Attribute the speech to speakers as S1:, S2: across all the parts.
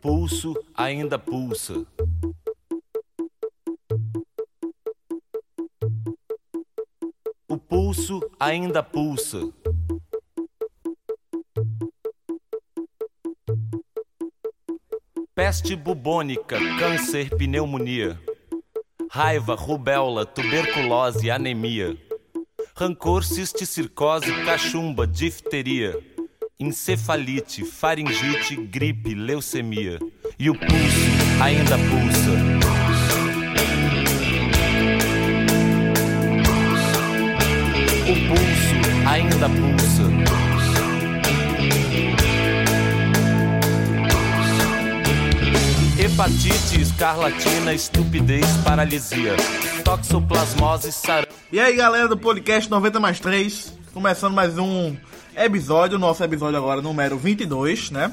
S1: pulso ainda pulsa. O pulso ainda pulsa. Peste bubônica, câncer, pneumonia. Raiva, rubéola, tuberculose, anemia. Rancor, cisticircose, cachumba, difteria. Encefalite, faringite, gripe, leucemia. E o pulso ainda pulsa. O pulso ainda pulsa. Hepatite, escarlatina, estupidez, paralisia. Toxoplasmose, sarampo.
S2: E aí galera do podcast 90 mais 3, começando mais um episódio, nosso episódio agora número 22, né?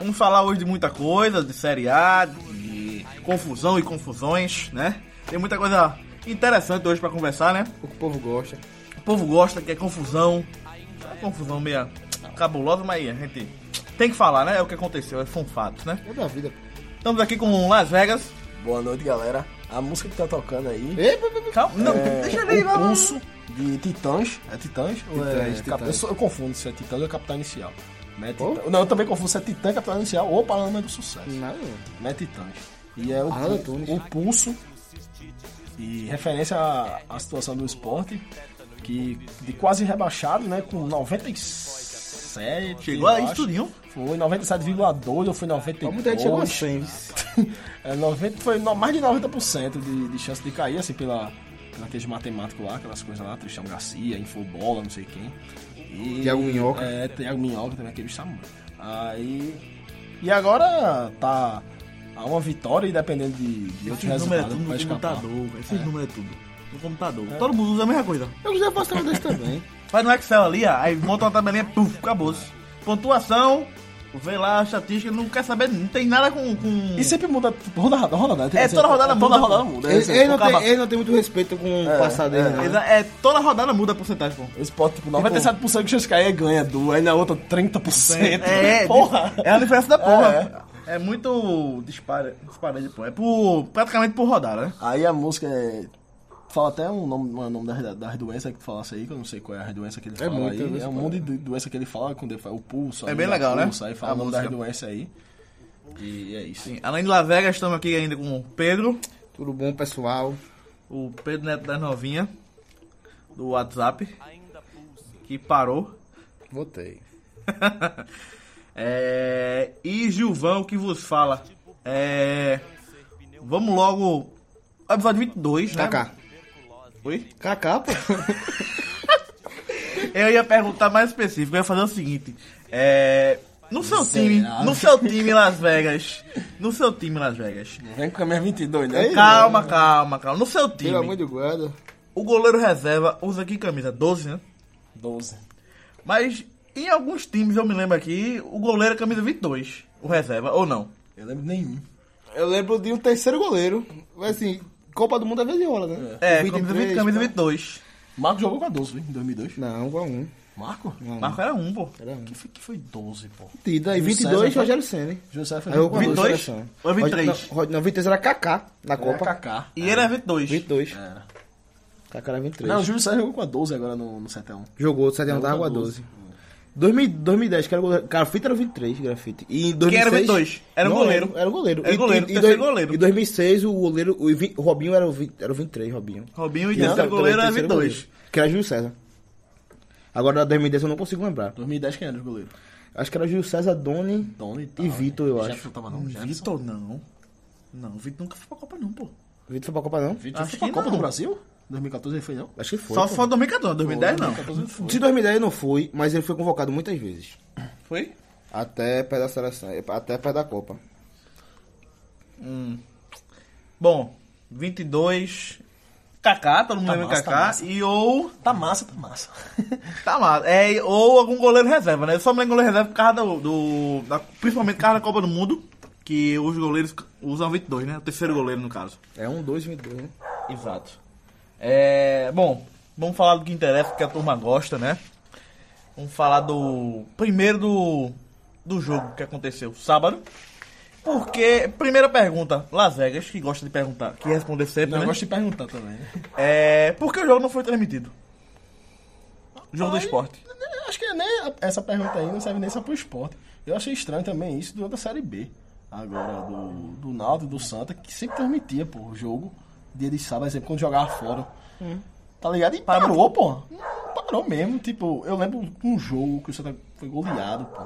S2: Vamos falar hoje de muita coisa, de série A, de confusão e confusões, né? Tem muita coisa interessante hoje pra conversar, né?
S3: O que o povo gosta.
S2: O povo gosta, que é confusão. É uma confusão meio cabulosa, mas a gente tem que falar, né? É o que aconteceu, foi um fato, né?
S3: É da vida. pô.
S2: Estamos aqui com Las Vegas.
S4: Boa noite, galera. A música que tá tocando aí
S3: Ei, pô, pô, pô.
S2: Calma, não,
S4: é
S2: deixa ele ir
S4: O
S2: lá.
S4: Pulso de Titãs. É Titãs? ou é
S3: Titãs,
S4: Cap-
S3: Titãs.
S4: Eu, sou- eu confundo se é Titãs ou Capital Inicial. Né?
S3: Oh.
S4: Titã- Não, eu também confundo se é Titã, Capital Inicial ou Paralama do Sucesso.
S3: Não,
S4: Né? Titãs. E é o,
S3: Arnaldo Antunes.
S4: o Pulso. E referência à, à situação do esporte, que de quase rebaixado, né? Com 97.
S2: Chegou
S4: eu
S2: aí
S4: acho.
S2: tudinho.
S4: Foi 97,2 ou foi 93.
S3: muita gente chegou a 100.
S4: É, 90, foi no- mais de 90% de, de chance de cair, assim, pela, pela queijo matemático lá, aquelas coisas lá, Tristão Garcia, Infobola, não sei quem. E,
S3: Thiago Minhoca.
S4: É, Thiago Minhoca também, aquele bicho tá muito. Aí. E agora tá a uma vitória e dependendo de, de outros
S2: Esse número é
S4: resultados.
S2: tudo no
S4: vai escapar.
S2: computador, velho. Esse número é tudo no computador. Todo mundo usa a mesma coisa.
S3: Eu já faço um desse também.
S2: Faz no Excel ali, ó, aí monta uma tabelinha, puf, acabou. -se. Pontuação, vê lá a estatística, não quer saber, não tem nada com. com...
S4: E sempre muda, tipo, roda, roda, roda. né?
S2: É, toda rodada
S4: toda
S2: muda. é
S4: rodada muda.
S3: Ele, ele não
S2: Acaba.
S3: tem, ele não tem muito respeito com o passado dele, não.
S2: Exa- É, toda rodada muda a porcentagem, pô.
S4: Esse pode, tipo, 97% que chance de cair é ganha duas, aí na outra 30%.
S2: É, é,
S4: porra.
S2: É a diferença da porra. É, muito dispara, disparante, pô. É por, praticamente por rodada, né?
S4: Aí a música é. Fala até um nome, um nome das, das doenças que tu falasse aí, que eu não sei qual é a doença que ele fala
S3: muita
S4: aí.
S3: doença,
S4: É um
S3: cara.
S4: monte de doença que ele fala, quando ele fala o pulso.
S2: É
S4: aí
S2: bem
S4: dá
S2: legal, né?
S4: pulso, Aí fala
S2: A
S4: o nome das
S2: música.
S4: doenças aí. E é isso.
S2: Sim. Além de Las Vegas, estamos aqui ainda com o Pedro,
S3: Tudo bom, pessoal?
S2: o Pedro Neto das Novinha, do WhatsApp, que parou.
S3: Votei.
S2: É, e Gilvão que vos fala. É, vamos logo. Episódio 22, né?
S3: Kaká.
S2: Oi?
S3: Kaká, pô.
S2: Eu ia perguntar mais específico, eu ia fazer o seguinte. É, no seu time,
S4: Miserável.
S2: no seu time Las Vegas, no seu time Las Vegas.
S4: Não Vem com a minha 22, né?
S3: É isso.
S2: Calma, calma, calma. No seu
S3: Pelo amor
S2: time,
S3: de guarda.
S2: o goleiro reserva usa que camisa? 12, né?
S4: 12.
S2: Mas em alguns times, eu me lembro aqui, o goleiro é camisa 22, o reserva, ou não?
S4: Eu lembro nenhum.
S3: Eu lembro de um terceiro goleiro. Assim, Copa do Mundo é viola, né?
S2: É,
S3: 23,
S2: camisa, 20, camisa
S3: pá.
S2: 22.
S4: Marco jogou com a 12, viu? Em 2002.
S3: Não, com um.
S4: Marco?
S2: Marco era um, pô.
S3: Era um.
S4: Que foi, que foi 12, pô?
S3: Tida. E né?
S4: O
S3: 22,
S4: César-
S3: Rogério Senna.
S4: José foi
S3: Aí eu com a
S2: 22?
S3: dois seleção.
S2: Ou é 23?
S3: Não, Não, 23 era É, Kaká É. na
S4: Copa.
S3: Copa.
S4: É Kaká.
S2: E ele era 22.
S3: 22.
S4: Era.
S3: Kaká era 23.
S4: Não, o Júlio César jogou com a 12 agora no, no 71.
S3: Jogou, 7 anos da
S4: Jogou
S3: água
S4: com
S3: 12. 2000, 2010, que era o goleiro. Grafite era o 23, grafite. E em 2006,
S2: Quem era o 22? Era o
S3: Não,
S2: goleiro.
S3: Era, era o goleiro.
S2: Era o
S3: E-
S2: goleiro,
S3: e, e,
S2: terceiro
S3: dois-
S2: goleiro.
S3: Em 2006, o goleiro, o, vi- o Robinho era o, vi- era o 23, Robinho.
S2: Robinho e
S3: Que era
S2: terceiro
S3: o
S2: goleiro é era
S3: terceiro
S2: 22.
S3: goleiro, Que era Júlio César. Agora, 2010 eu não consigo lembrar.
S4: 2010 quem era o goleiro?
S3: Acho que era Júlio César, Doni.
S4: Dona e tal.
S3: E Vitor, eu acho.
S4: Jefferson tava não, Jefferson.
S2: Vitor não. Não, o Vitor nunca foi pra Copa não, pô.
S3: Vitor foi pra Copa, não?
S4: Vitor
S2: Acho
S4: foi pra
S2: que
S4: Copa
S2: não.
S4: do Brasil? 2014 ele foi, não?
S3: Acho que foi.
S2: Só
S3: pô.
S2: se for 2014, 2010 não.
S4: 2014 ele foi.
S3: De 2010 ele não foi, mas ele foi convocado muitas vezes.
S2: Foi?
S3: Até perto da seleção, até perto da Copa.
S2: Hum. Bom, 22. Kaká, todo mundo
S4: Tá
S2: lembra de
S4: massa, tá
S2: Kaká.
S4: massa.
S2: e ou.
S4: Tá massa, tá massa.
S2: Tá lá. É, ou algum goleiro reserva, né? Eu só me lembro de goleiro reserva por causa do. do- da- principalmente por causa da Copa do Mundo. Que os goleiros usam 22, né? O terceiro goleiro, no caso.
S3: É um, dois, vinte e dois, né?
S2: Exato. É, bom, vamos falar do que interessa, que a turma gosta, né? Vamos falar do primeiro do do jogo que aconteceu sábado, Porque, primeira pergunta, Las Vegas, que gosta de perguntar, que responder sempre,
S4: Não,
S2: né?
S4: eu gosto de perguntar também.
S2: É, por que o jogo não foi transmitido? O Jogo do
S4: Ai,
S2: esporte.
S4: Acho que é nem a- essa pergunta aí não serve nem só pro esporte. Eu achei estranho também isso do da Série B. Agora, do, do Naldo e do Santa, que sempre transmitia, pô, o jogo. Dia de sábado, exemplo, quando jogava fora. Tá ligado? E parou, pô. Não Parou mesmo. Tipo, eu lembro um jogo que o Santa foi goleado, pô.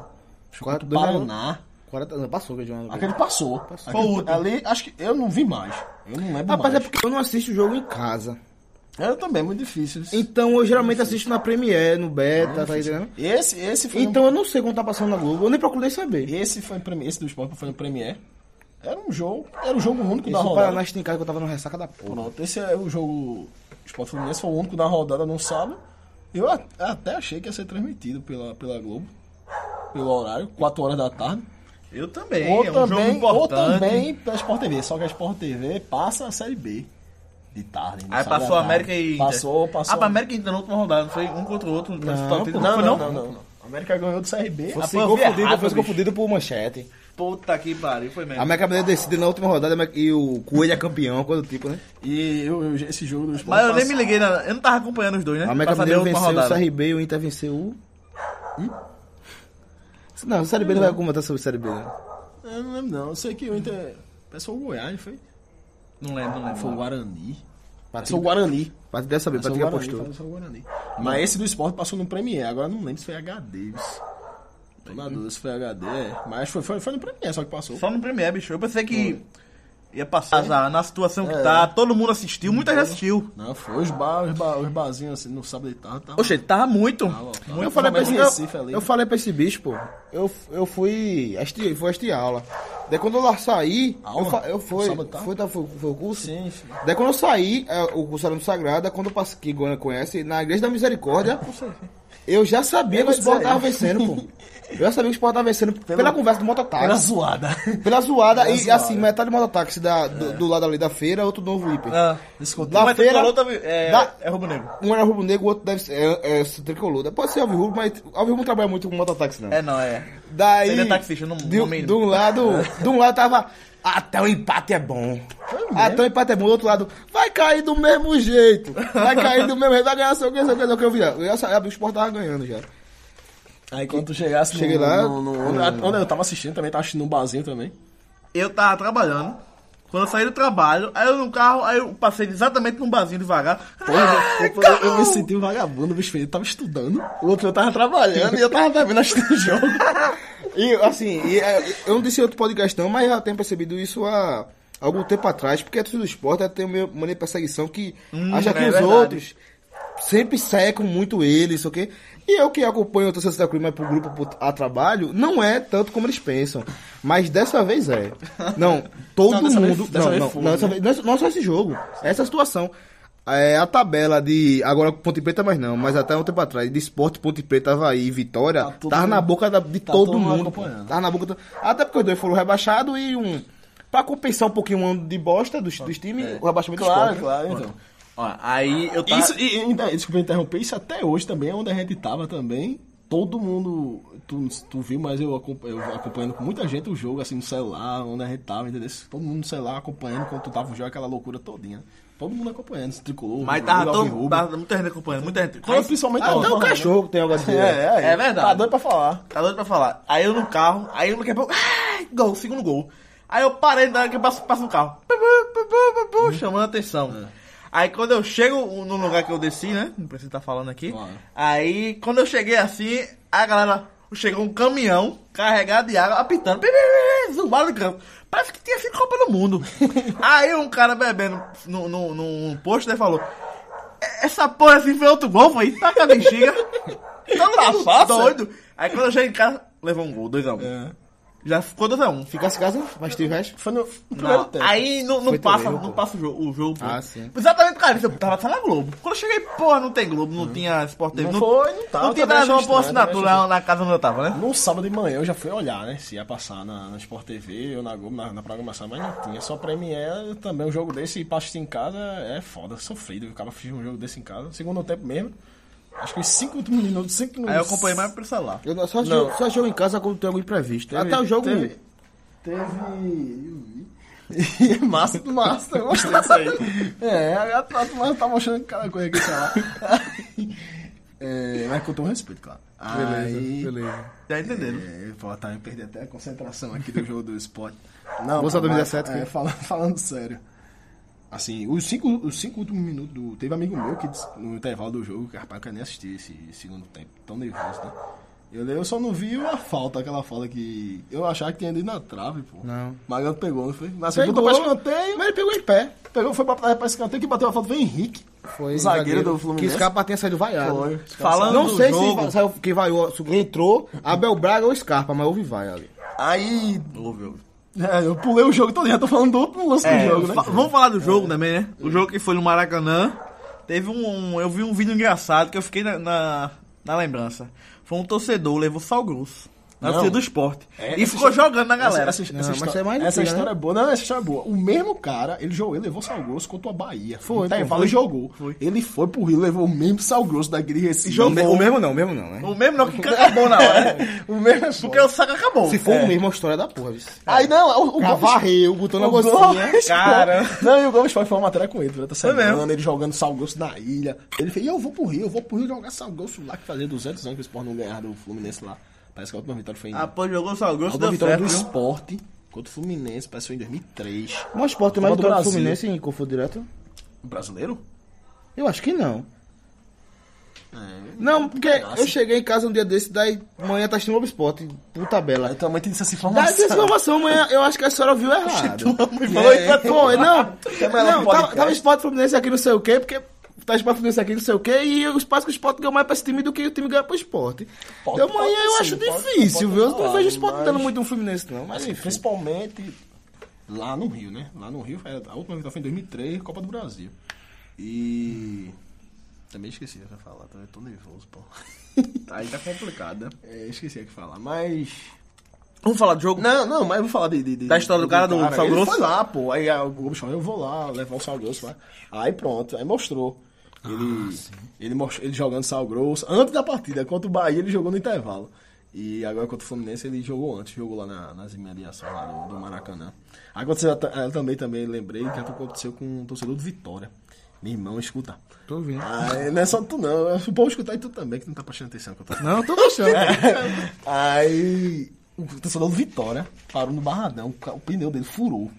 S4: Acho
S3: Quatro,
S4: que
S3: dois a um.
S4: Paraná.
S3: 40 anos, passou que é um a Joana.
S4: Aquele passou.
S2: Foi o último.
S4: ali, acho que eu não vi mais. Eu não lembro
S3: Rapaz, é
S4: mais. É,
S3: porque eu não assisto o jogo em casa.
S4: Eu também, muito difícil.
S3: Então eu geralmente assisto na Premiere, no Beta, tá entendendo?
S4: Esse, esse foi um-
S3: Então eu não sei quando tá passando na Globo, eu nem procurei saber.
S4: Esse foi pra mim, esse do esporte foi no Premier. Era um jogo, era o jogo único da
S3: Esse
S4: rodada.
S3: Paraná em casa que eu tava no ressaca da porra.
S4: tá Pronto, esse é o jogo Esporte Fluminense, foi o único da rodada no sábado. Eu a- até achei que ia ser transmitido pela, pela Globo, pelo horário, 4 horas da tarde.
S2: Eu também,
S4: ou,
S2: é um jogo
S4: também, ou
S2: importante.
S4: também pela Sport TV, só que a Sport TV passa a Série B de tarde. no
S2: Aí
S4: sábado à
S2: passou a
S4: tarde.
S2: América e Inter.
S4: Passou, passou.
S2: Ah, pra América e Inter na última rodada, não foi um contra o outro. mas
S4: não,
S2: tá-
S4: pô,
S2: foi
S4: não, não, não, não, não. A América ganhou do CRB.
S2: Foi
S4: a-
S2: sim. eu vi errado, bicho.
S3: por manchete.
S2: Puta que pariu, foi
S3: A
S2: mesmo.
S3: América Mineiro decide na última rodada América- e o Coelho é campeão, coisa do tipo, né?
S4: E eu, eu- esse jogo do Sport
S2: Mas eu nem
S4: passa-
S2: me liguei, na- eu não tava acompanhando os dois, né?
S3: A América
S2: Passaria
S3: Mineiro
S2: a última
S3: venceu o
S2: rodada.
S3: CRB e o Inter venceu o... Não, o Série B não vai comentar sobre o Série B, né?
S4: Eu não lembro, não. Eu sei que o Inter. Passou o Goiás, não foi?
S2: Não lembro, não lembro.
S4: Foi um o Guarani. Passou o
S3: Patrick,
S4: Guarani.
S3: Patrick deve saber,
S4: Passou o
S3: Patrick
S4: Guarani. tá
S3: apostou.
S4: Passou o Guarani. Hum. Mas esse do esporte passou no Premier. Agora eu não lembro se foi HD. isso. Tô na dúvida se foi HD. é. Mas foi, foi, foi no Premier só que passou.
S2: Só no Premier, bicho. Eu pensei que ia passar azar. na situação que
S4: É. Uhum.
S2: tá. Todo mundo assistiu, muita gente assistiu.
S4: Não, foi os, bar, os, bar, os barzinhos assim, no sábado e tarde. Tava...
S2: Oxe, tava muito.
S4: lotado.
S2: muito
S3: Eu falei, pra esse,
S4: Principalmente em Recife
S3: eu,
S4: ali.
S3: eu falei pra esse bicho, pô. Eu, eu fui. Esti, foi esti aula. Daí quando eu lá saí,
S4: Aula?
S3: eu, fa- eu fui.
S4: Sábado, tá?
S3: Foi, tá, foi, foi o curso?
S4: Sim, sim.
S3: Daí quando eu saí, é, o curso era no Sagrada, quando eu passei, que Goiânia conhece, na Igreja da Misericórdia,
S4: Ah,
S3: eu já sabia que o
S4: ia
S3: Sport
S4: dizer
S3: tava
S4: aí.
S3: vencendo, pô. Eu já sabia que o Sport tava vencendo pela, conversa do mototáxi.
S4: Era
S3: Pela,
S4: zoada.
S3: zoada,
S4: pela
S3: e
S4: zoada. É.
S3: assim, metade do mototáxi da, do, do lado ali da feira, outro novo hippie.
S2: Ah.
S4: Descontou.
S3: Na
S2: Mas
S3: feira-
S2: tricolor também, é,
S3: Na-
S2: é Rubro Negro.
S3: Um era rubro-negro, o outro deve ser. É, é tricolor. Pode ser Alves Rubro, mas Alves Rubro não trabalha muito com mototáxi, não.
S2: É, não, é.
S3: Daí.
S2: Ele é taxista, no- no
S3: de, um-
S2: mínimo.
S3: de um lado. De um lado tava. Até o empate é bom. Até o empate é bom. Do outro lado, vai cair do mesmo jeito. Vai cair do mesmo jeito. Vai ganhar seu que, seu que, seu que. Eu vi. Eu já sabia, o esporte tava ganhando já.
S4: Aí quando tu chegasse no-
S3: Cheguei lá,
S4: no- no- onde-
S3: no-
S4: onde eu tava assistindo também, tava assistindo um barzinho também.
S2: Eu tava trabalhando. Quando eu saí do trabalho, aí eu no carro, aí eu passei exatamente num barzinho devagar.
S4: Pô, eu- eu- eu, eu me senti um vagabundo, bicho. Eu tava estudando, o outro eu tava trabalhando e eu tava bebendo assistindo o jogo.
S3: E assim, e, é, eu não disse em outro podcast não, mas eu já tenho percebido isso há algum tempo atrás, porque a torcida do esporte ela tem uma maneira de perseguição que
S4: Hum,
S3: acha
S2: é
S3: que os
S2: verdade.
S3: outros sempre secam muito eles, isso aqui. E eu que acompanho o torcida Santa Cruz, mas pro grupo pro- a trabalho, não é tanto como eles pensam. Mas dessa vez é. Não, todo
S4: Não, dessa vez-
S3: mundo.
S4: dessa
S3: não,
S4: vez
S3: não,
S4: foi,
S3: não, dessa
S4: né?
S3: vez- não é só- não é só esse jogo, é essa situação. É, a tabela de. Agora Ponte Preta, mas não, mas até um tempo atrás, de esporte, Ponte Preta, Havaí, Vitória,
S4: Tá todo
S3: tava na
S4: mundo-
S3: boca da- de
S4: Tá
S3: todo,
S4: todo mundo
S3: mundo.
S4: acompanhando.
S3: Tá na boca do... Até porque os dois foram rebaixados e um. Pra compensar um pouquinho o ano de bosta dos, dos times, o rebaixamento do esporte.
S4: É. claro, então.
S2: Ó, aí eu tava.
S4: Isso, e, e ainda, desculpa interromper, isso até hoje também é onde a gente tava também. Todo mundo, tu, tu viu, mas eu, acompa- eu acompanhando com muita gente o jogo, assim, no celular, onde a gente tava, entendeu? Todo mundo no celular acompanhando quando tu tava o jogo, aquela loucura todinha. Todo mundo acompanhando, se tricolor,
S2: Mas
S4: o
S2: tava,
S4: Alves
S2: todo,
S4: Rubro.
S2: tava muita gente acompanhando, muita gente.
S4: Aí, principalmente
S3: Ah, até o cachorro tem algo a
S4: É,
S3: dizer.
S4: é,
S2: É verdade.
S4: Tá doido pra falar.
S2: Tá doido pra falar. Aí eu no carro, aí eu daqui a pouco. Ah, gol, segundo gol. Aí eu parei, daqui a pouco passo no carro. Pu, pu, pu, pu,
S4: Uhum.
S2: pu, pu, Chamando a atenção.
S4: É.
S2: Aí quando eu chego no lugar que eu desci, né? Não precisa estar falando aqui.
S4: Claro.
S2: Aí quando eu cheguei assim, a galera. Chegou um caminhão carregado de água, apitando, pi, pi, pi, zumbado no campo. Parece que tinha sido Copa do Mundo. aí um cara bebendo no, no, num posto, né? Falou: "E- Essa porra assim foi outro gol, foi? Taca a bexiga. Tá
S4: fácil.
S2: doido. Aí quando eu cheguei em casa, levou um gol, 2x1.
S4: É.
S2: Já ficou 2x1.
S3: Ficasse em casa, mas tem o resto.
S4: Foi no, no primeiro tempo.
S2: Aí não, não
S3: Foi teu
S2: passa,
S3: erro,
S2: não
S3: pô.
S2: passa o jogo. O jogo pô.
S3: Ah, sim.
S2: Exatamente, cara. Eu tava só na Globo. Quando eu cheguei, porra, não tem Globo, não tinha Sport TV.
S4: Não foi, não tava,
S2: tinha
S4: também
S2: televisão
S4: achei
S2: por
S4: estranho,
S2: assinatura
S4: também
S2: lá na casa onde eu tava, né?
S4: No sábado de manhã eu já fui olhar, né? Se ia passar na, na Sport TV ou na Globo, na, na programação, mas não tinha. Só Premiere também um jogo desse e passa em casa é foda, sofrido. O cara fez um jogo desse em casa. Segundo tempo mesmo. Acho que uns 5 minutos, 5 minutos.
S2: Aí eu acompanhei mais pelo celular.
S3: Eu não- só,
S4: Não.
S3: Jogo, só jogo em casa quando tem algo imprevisto.
S4: Teve-
S3: Até o jogo.
S4: teve- Teve. E é massa, massa, eu gostei disso aí. É, a gata mas tá mostrando cada coisa aqui, sei lá. Aí, É, mas com todo respeito, claro.
S3: Beleza,
S4: aí,
S3: beleza.
S2: Já entenderam?
S4: É, pô, tá, eu perdi até a concentração aqui do jogo do esporte. Não,
S3: Bolsa
S4: pô, mas,
S3: 2017,
S4: é,
S3: que-
S4: falando, falando sério. Assim, os cinco, os cinco últimos minutos do. Teve amigo meu que disse, no intervalo do jogo, que rapaz, eu quero nem assistir esse segundo tempo, tão nervoso, tá? Eu, eu só não vi a falta, aquela falta que. Eu achava que tinha ido na trave, pô.
S3: Não.
S4: Magano pegou, não foi? Mas
S3: Pegou.
S4: pegou pra escanteio.
S3: Mas ele pegou em pé.
S4: Pegou, foi pra, pra escanteio que bateu a falta, foi Henrique.
S3: Foi
S4: o zagueiro, do Fluminense.
S3: Que Scarpa tinha saído vaiado.
S4: Foi.
S2: Falando
S3: não
S2: do
S3: sei se
S2: jogo-
S3: va- saiu, quem vaiou, se entrou Abel Braga ou Scarpa, mas houve vai ali.
S4: Aí.
S2: Ouve, ouve.
S4: É, eu pulei o jogo todo, já tô falando do outro lance
S2: É,
S4: do jogo, né?
S2: fa- Vamos falar do jogo também, né? O jogo que foi no Maracanã. Teve um. Eu vi um vídeo engraçado que eu fiquei na, na, na lembrança. Foi um torcedor, levou sal grosso. Na
S4: Não.
S2: torcida do esporte.
S4: É,
S2: e
S4: essa
S2: ficou
S4: histó-
S2: jogando na galera.
S4: Essa, essa,
S3: Não,
S4: essa
S3: mas
S4: histó-
S3: é mais
S4: essa
S3: antiga,
S4: história
S3: né?
S4: é boa. Não, essa história é boa. O mesmo cara, ele jogou, ele levou sal grosso contra o Bahia. Foi, tá,
S3: pô,
S4: ele falou e jogou. Ele foi pro Rio, levou o mesmo sal grosso da Gri Recife.
S3: O me- O mesmo não, o mesmo não, né?
S2: O mesmo não, que acabou na hora.
S4: o mesmo é
S2: Porque o saco acabou.
S3: Se for
S4: um
S3: o mesmo, é uma história da porra, bicho.
S4: Aí não, é o, o
S3: Cara,
S4: Gomes-
S3: varreu, botou um assim. na
S4: o Gomes-
S3: bolsinha.
S2: Cara.
S4: Não, e o Gomes foi, foi uma matéria com ele durante a
S2: mesmo.
S4: semana, ele jogando sal grosso na ilha. Ele fez, "E eu vou pro Rio, eu vou pro Rio jogar sal grosso lá, que fazia 200 anos que o Sport não ganhava do Fluminense lá. Parece que a última vitória foi em...
S2: Ah, pô, jogou sal
S4: a
S2: grosso, deu
S4: última vitória
S2: certo.
S4: do
S2: viu?
S4: Sport contra o Fluminense, parece que foi em 2003.
S3: Mas o esporte
S4: Copa
S3: mais
S4: do
S3: do
S4: Brasil.
S3: Fluminense em confronto direto?
S4: O Um brasileiro?
S3: Eu acho que não.
S4: É.
S3: Não, porque
S4: Nossa.
S3: eu cheguei em casa um dia desse, daí manhã tá assistindo o esporte, por tabela.
S4: Aí tua mãe tem essa
S3: Daí
S4: informação.
S3: essa informação, manhã, eu acho que a senhora ouviu errado.
S2: Mãe falou
S3: É,
S2: isso pra tu.
S3: foi, não.
S4: Chama ela
S3: não
S4: no
S3: tava,
S4: podcast.
S3: tava esporte Fluminense aqui, não sei o quê, porque tá esporte Fluminense aqui, não sei o quê, e os passos que o esporte ganhou mais pra esse time do que o time ganha pro esporte.
S4: Pode-
S3: então, amanhã
S4: pode
S3: eu
S4: sim,
S3: acho
S4: pode-
S3: difícil,
S4: pode
S3: viu? Eu não
S4: falar,
S3: vejo o esporte
S4: mas-
S3: dando muito no Fluminense, não. Mas
S2: Então,
S4: Assim,
S3: enfim.
S4: principalmente lá no Rio, né? Lá no Rio, foi- a última vitória foi em 2003, Copa do Brasil. E... Também esqueci o que eu ia falar, tô, tô nervoso, pô.
S2: Aí tá complicado, né?
S4: É, esqueci o que falar, mas...
S2: Vamos falar do jogo?
S4: Não, não, mas eu vou falar de, de- de-
S2: Da história do cara do sal
S4: Ele
S2: grosso?
S4: foi lá, pô. Aí ah, o Globo chamou, eu vou lá levar o sal grosso lá. Aí pronto, aí mostrou.
S2: Ah,
S4: Ele, ele, mostrou, ele jogando sal grosso. Antes da partida, contra o Bahia, ele jogou no intervalo. E agora contra o Fluminense, ele jogou antes. Jogou lá na, nas imediações lá do, do Maracanã. Aconteceu ta- eu também, também lembrei que aconteceu com o torcedor do Vitória. Meu irmão, escuta.
S3: Tô ouvindo.
S4: Aí, não é só tu não, é bom escutar e tu também, que não tá prestando atenção que eu tô falando.
S3: Não, tô deixando.
S4: Aí o torcedor do Vitória parou no Barradão, o ca- o pneu dele furou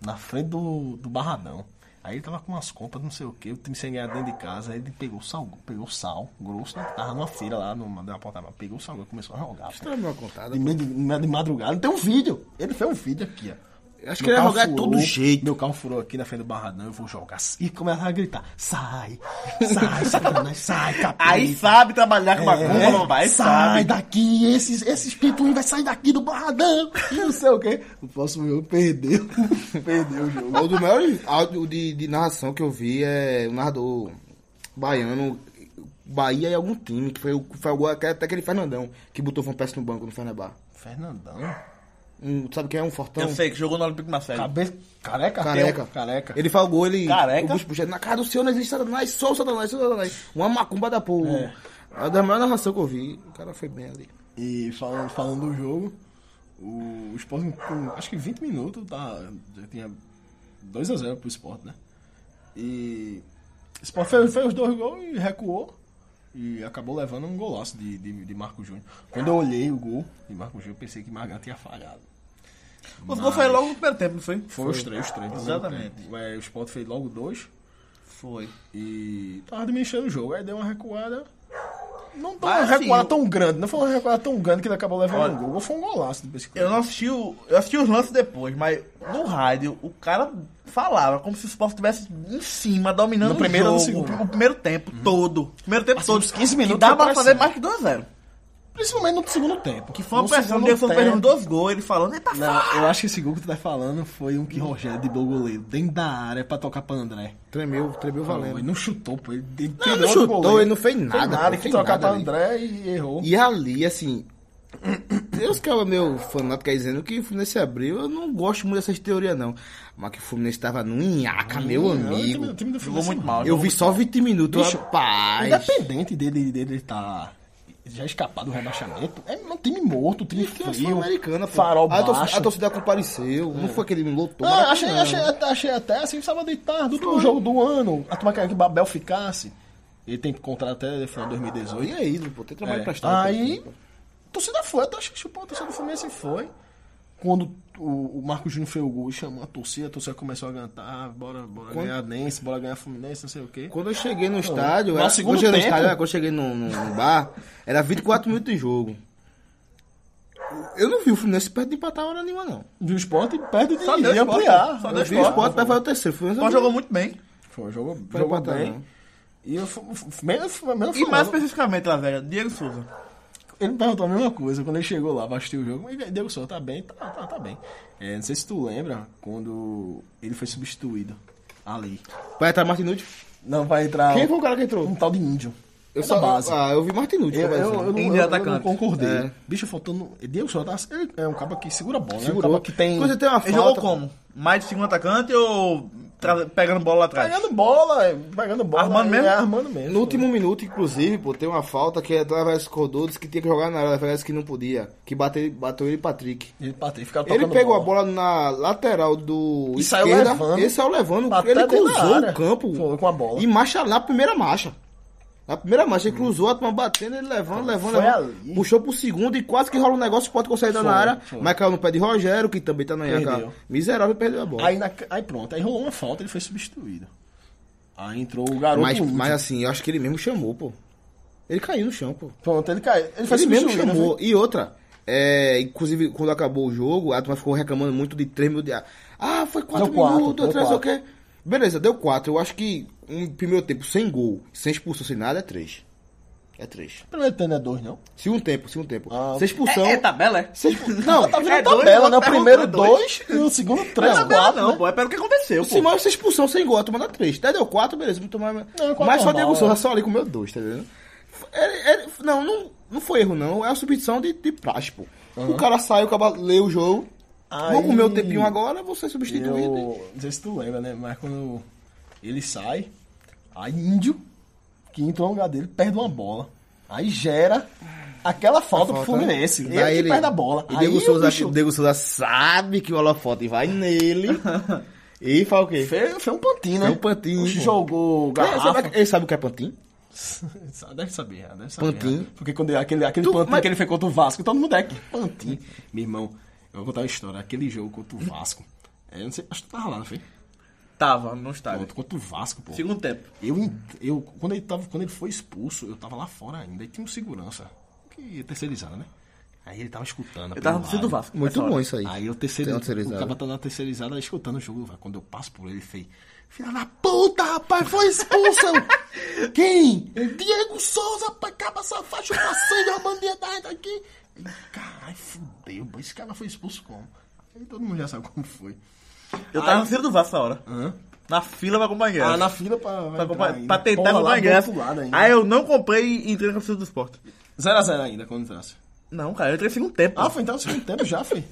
S4: na frente do, do Barradão. Aí ele tava com umas compras, não sei o que, o time sem ganhar dentro de casa, aí ele pegou sal, pegou sal grosso, né? tava numa feira lá, numa, numa porta, pegou sal grosso, começou a jogar. pô.
S3: Tá mal contado.
S4: De, meio de, meio de madrugada, tem um vídeo, ele fez um vídeo aqui, ó.
S3: Acho
S4: Meu
S3: que ele ia
S4: carro
S3: jogar de
S4: furou,
S3: todo jeito.
S4: Meu carro furou aqui na frente do Barradão, eu vou jogar. E começava a gritar, sai, sai, sacanagem, sai, capeta.
S2: Aí sabe trabalhar com
S4: É,
S2: macumba, vai,
S4: sai
S2: sabe.
S4: daqui, esses, esses pintuins vai sair daqui do barradão. E não sei o quê. O próximo jogo perdeu. perdeu o jogo.
S3: O do maior áudio de, de narração que eu vi é o narrador baiano, Bahia e algum time, que foi, o- foi o gol até até aquele Fernandão, que botou o peça no banco no Fernanbar.
S4: Fernandão.
S3: Um, sabe quem é? Um fortão?
S4: Então-
S2: Eu sei que jogou no Olympique Marseille.
S4: Cabeça. Careca? um
S3: Careca.
S4: Careca.
S3: Ele falgou, ele.
S2: Careca?
S3: O bicho puxado. Na cara do seu não existe Satanás, só o Satanás, só o Satanás. Uma macumba da porra. É. A da maior narração que eu vi. O cara foi bem ali.
S4: E falando, falando do jogo, o, o Sport com acho que 20 minutos tá, já tinha 2x0 pro Sport, né? E o Sport fez, fez os dois gols e recuou e acabou levando um golaço de, de, de Marco Júnior. Quando eu olhei o gol de Marco Júnior, eu pensei que Magalhães tinha falhado.
S2: Os gols foi logo no primeiro tempo, não foi?
S4: Foi, os três, os três. no mesmo
S2: Exatamente.
S4: tempo. Mas né? o Sport fez logo dois
S2: Foi.
S4: e tava administrando o jogo. Aí deu uma recuada. Não tão
S2: Mas,
S4: uma recuada
S2: assim,
S4: tão grande, não foi uma recuada tão grande que ele acabou levando um gol. O gol foi um golaço de bicicleta.
S2: Eu não assisti o. Eu assisti os lances depois, mas no rádio o cara falava como se o Sport estivesse em cima, dominando
S4: No
S2: o
S4: primeiro ou no
S2: jogo.
S4: segundo? Uhum.
S2: o, o primeiro tempo todo. O primeiro tempo
S4: Assim,
S2: todo.
S4: uns 15 minutos
S2: Que dá
S4: foi
S2: pra
S4: pressão.
S2: fazer mais que 2 a 0
S4: Principalmente no segundo tempo.
S2: Que foi uma
S4: No
S2: pressão. O
S4: segundo
S2: Davidson
S4: tempo-
S2: fez uns dois gols, ele falando, eita f.
S4: Não, eu acho que esse gol que tu tá falando foi um que Rogério de goleiro dentro da área pra tocar pra André.
S3: Tremeu, tremeu valendo.
S4: Ele não chutou, pô. Ele ele
S3: Não,
S4: tirou
S3: não
S4: do
S3: chutou,
S4: goleiro.
S3: ele não fez nada.
S4: Fez nada,
S3: pô,
S4: que
S3: fez
S4: tocar
S3: nada
S4: pra
S3: ali.
S4: André e errou. É,
S3: E ali, assim. Deus que é o meu fanático aí dizendo que o Fluminense abriu, eu não gosto muito dessas teorias, não. Mas que o Fluminense tava no nhaca, meu
S4: Não, o time-
S3: amigo.
S4: o time do
S2: Jogou
S4: Fluminense
S2: muito
S4: é
S2: mal.
S3: Eu vi só 20 minutos,
S4: Bicho,
S3: rapaz.
S4: Independente dele, dele tá já escapar do rebaixamento, é, não time morto, time
S3: Que é
S4: frio,
S3: sul-americana, pô. Ah,
S4: farol
S3: a, torcida-
S4: baixo.
S3: a torcida compareceu, não foi aquele lotou.
S4: Ah, achei,
S3: Maracanã,
S4: achei,
S3: né?
S4: até- achei até assim, sábado de tarde, último jogo do ano. A turma queria que Babel ficasse. Ele tem contrato até final de 2018.
S3: E é ídolo, pô. Tem trabalho
S4: É.
S3: prestado.
S4: Aí, a torcida foi, até acho que chupou a torcida do Fluminense foi. Quando o, o Marco Júnior fez o gol e chamou a torcida, a torcida começou a cantar, bora, bora
S3: Quando-
S4: ganhar Nense, bora ganhar Fluminense, não sei o quê.
S3: Quando eu cheguei no estádio,
S4: no
S3: era- quando
S4: segundo
S3: eu cheguei no
S4: tempo-
S3: estádio, era- quando eu cheguei no, no- no bar, era 24 minutos de jogo. Eu não vi o Fluminense perto de empatar hora nenhuma, não.
S4: Do esporte perde de
S2: Só deu
S4: de
S2: Sport,
S4: ampliar.
S2: só
S4: Eu
S2: deu
S3: Eu
S4: vi
S3: vi o
S2: Sport.
S3: Sport vai fazer o terceiro. O Fluminense
S2: Mas
S3: não-
S2: jogou muito bem.
S4: Foi, um jogou,
S3: Foi
S4: jogou
S3: empatado,
S4: bem.
S3: não.
S4: né? E eu fu- fu- fu- mesmo, fu- mesmo
S2: E mais
S4: falando-
S2: especificamente, Lavéria, Diego Souza.
S4: Ele me perguntou a mesma coisa quando ele chegou lá, assistiu o jogo, mas deu só, tá bem, tá, tá, tá bem. É, não sei se tu lembra quando ele foi substituído ali.
S3: Vai entrar Martinucci.
S4: Não vai entrar
S3: Quem
S4: um,
S3: foi o cara que entrou?
S4: um tal de índio.
S3: Eu
S4: Era
S3: só,
S4: É base.
S3: ah, eu vi Martinucci.
S4: Eu, eu, eu, não-
S2: Índio
S4: eu- eu não
S2: atacante.
S4: concordei.
S3: É.
S4: Bicho, faltando. Deus só tá. Ele é um cara que segura a bola, né?
S3: Segurou.
S4: Um cara que tem.
S3: Quando você tem uma
S2: Ele
S3: falta...
S2: jogou como? Mais de segundo atacante ou tra- pegando bola lá atrás?
S4: tá Pegando bola, é, pegando bola.
S2: Armando
S4: é,
S2: mesmo?
S4: É, armando mesmo.
S3: No último minuto, inclusive, pô, tem uma falta que é a Dona Varese Cordou disse que tinha que jogar na área, parece que não podia. Que bateu, bateu ele e Patrick.
S4: Ele, bateu, ficava
S3: Ele
S4: tocando
S3: pegou a bola na lateral do
S4: E saiu
S3: esquerda,
S4: levando.
S3: ele saiu levando,
S4: Até
S3: ele
S4: dentro da
S3: cruzou
S4: área.
S3: o campo
S4: Foi com a bola. Hum.
S3: e marcha na primeira marcha. Na primeira marcha, ele cruzou, a turma batendo, ele levando, levando,
S4: Então, Foi
S3: levando.
S4: ali.
S3: Puxou pro segundo e quase que rola um negócio, pode conseguir dar na
S4: Foi,
S3: área,
S4: foi.
S3: mas caiu no pé de Rogério, que também tá na iaca.
S4: Perdeu.
S3: Miserável, perdeu a bola.
S4: Aí, na- aí pronto, aí rolou uma falta, ele foi substituído. Aí entrou o garoto.
S3: mas,
S4: índio.
S3: mas assim, eu acho que ele mesmo chamou, pô. Ele caiu no chão, pô.
S4: Pronto, ele caiu. Ele foi
S3: Ele mesmo
S4: substituído. né?
S3: chamou. E outra, é, inclusive, quando acabou o jogo, a turma ficou reclamando muito de 3 minutos. de- Ah, foi 4
S4: Deu quatro,
S3: minutos,
S4: deu
S3: atrás, sei o
S4: quatro.
S3: quê. Beleza, deu 4. Eu acho que um primeiro tempo sem gol, sem expulsão, sem nada, é 3. É 3.
S4: Primeiro tempo não é dois, não.
S3: Segundo tempo, segundo tempo.
S4: Ah,
S3: sem expulsão.
S2: tabela, é?
S3: sem expulsão.
S4: Não, tá virando
S2: é dois,
S4: tabela, né? O
S2: tá
S4: primeiro
S2: contando dois.
S4: dois e o segundo
S2: Não é
S4: três,
S2: tabela,
S4: quatro,
S2: não,
S4: né?
S2: pô. É pelo que aconteceu,
S3: Se
S2: pô.
S3: mais sem expulsão, é sem gol, a turma dá 3. Até Tá, deu 4, beleza, muito mais.
S4: Não, quatro
S3: mas só
S4: normal,
S3: Diego Souza
S4: é.
S3: só ali comeu 2, tá vendo? Ele- ele- não, não, não foi erro, não. É uma substituição de, de praxe, pô. O cara saiu, acaba leu o jogo.
S4: Aí-
S3: Vou comer o tempinho agora, vou ser substituído.
S4: Eu, não sei se tu lembra, né? Mas quando ele sai, aí índio, que entrou no lugar dele, perde uma bola. Aí gera aquela falta,
S3: né?
S4: pro Fluminense. Ele,
S3: Dá
S4: que perde a bola.
S3: E
S4: aí
S3: Diego
S4: o
S3: Souza,
S4: bicho
S3: Diego Souza sabe que o holofote vai nele. e fala o quê?
S4: fez, fez um pantinho, né?
S3: Fez um pantinho,
S4: O
S3: pô.
S4: Jogou
S3: Ele sabe,
S4: garrafa.
S3: ele sabe o que é pantinho?
S4: Deve saber, deve saber. né?
S3: Pantinho.
S4: Porque quando ele- aquele, aquele
S3: Tu-
S4: pantinho
S3: mas-
S4: que ele fez contra o Vasco, todo mundo é que pantinho. Meu irmão, eu vou contar uma história. Aquele jogo contra o Vasco. É, eu não sei, acho que tu tava lá, não foi?
S2: Tava no estádio.
S4: Pronto, contra o Vasco, pô.
S2: Segundo tempo.
S4: Eu, en- eu quando, ele tava, quando ele foi expulso, eu tava lá fora ainda. E tinha um segurança. Que é terceirizado, né? Aí ele tava escutando.
S2: Eu tava no
S4: pelo
S2: do
S4: rádio.
S2: Vasco.
S3: Muito
S2: nessa
S3: bom
S2: hora.
S3: isso É aí.
S4: Aí eu
S3: Tem
S4: terceirizado.
S3: um terceirizado.
S4: O cara tá na terceirizada escutando o jogo. Velho. Quando eu passo por ele, ele fez. Filha da puta, rapaz, foi expulso! Quem? Ele, Diego Souza, rapaz, acaba essa faixa, eu passei de uma bandidade aqui. Ele, Caralho, fudeu, pô, esse cara foi expulso como? Aí todo mundo já sabe como foi.
S2: Eu tava no Ciro do Vasco na hora.
S4: Hã?
S2: Na fila pra comprar ingresso.
S4: Ah, na fila pra,
S2: pra,
S4: vai
S2: comprar-
S4: entrar
S2: pra
S4: ainda.
S2: tentar
S4: Porra, lá
S2: comprar
S4: do
S2: ingresso.
S4: outro lado ainda.
S2: Aí eu não comprei e entrei na torcida do esporte.
S4: 0x0 ainda, quando entrasse.
S2: Não, cara, eu entrei no segundo tempo.
S4: Ah, foi entrar no segundo tempo já, foi.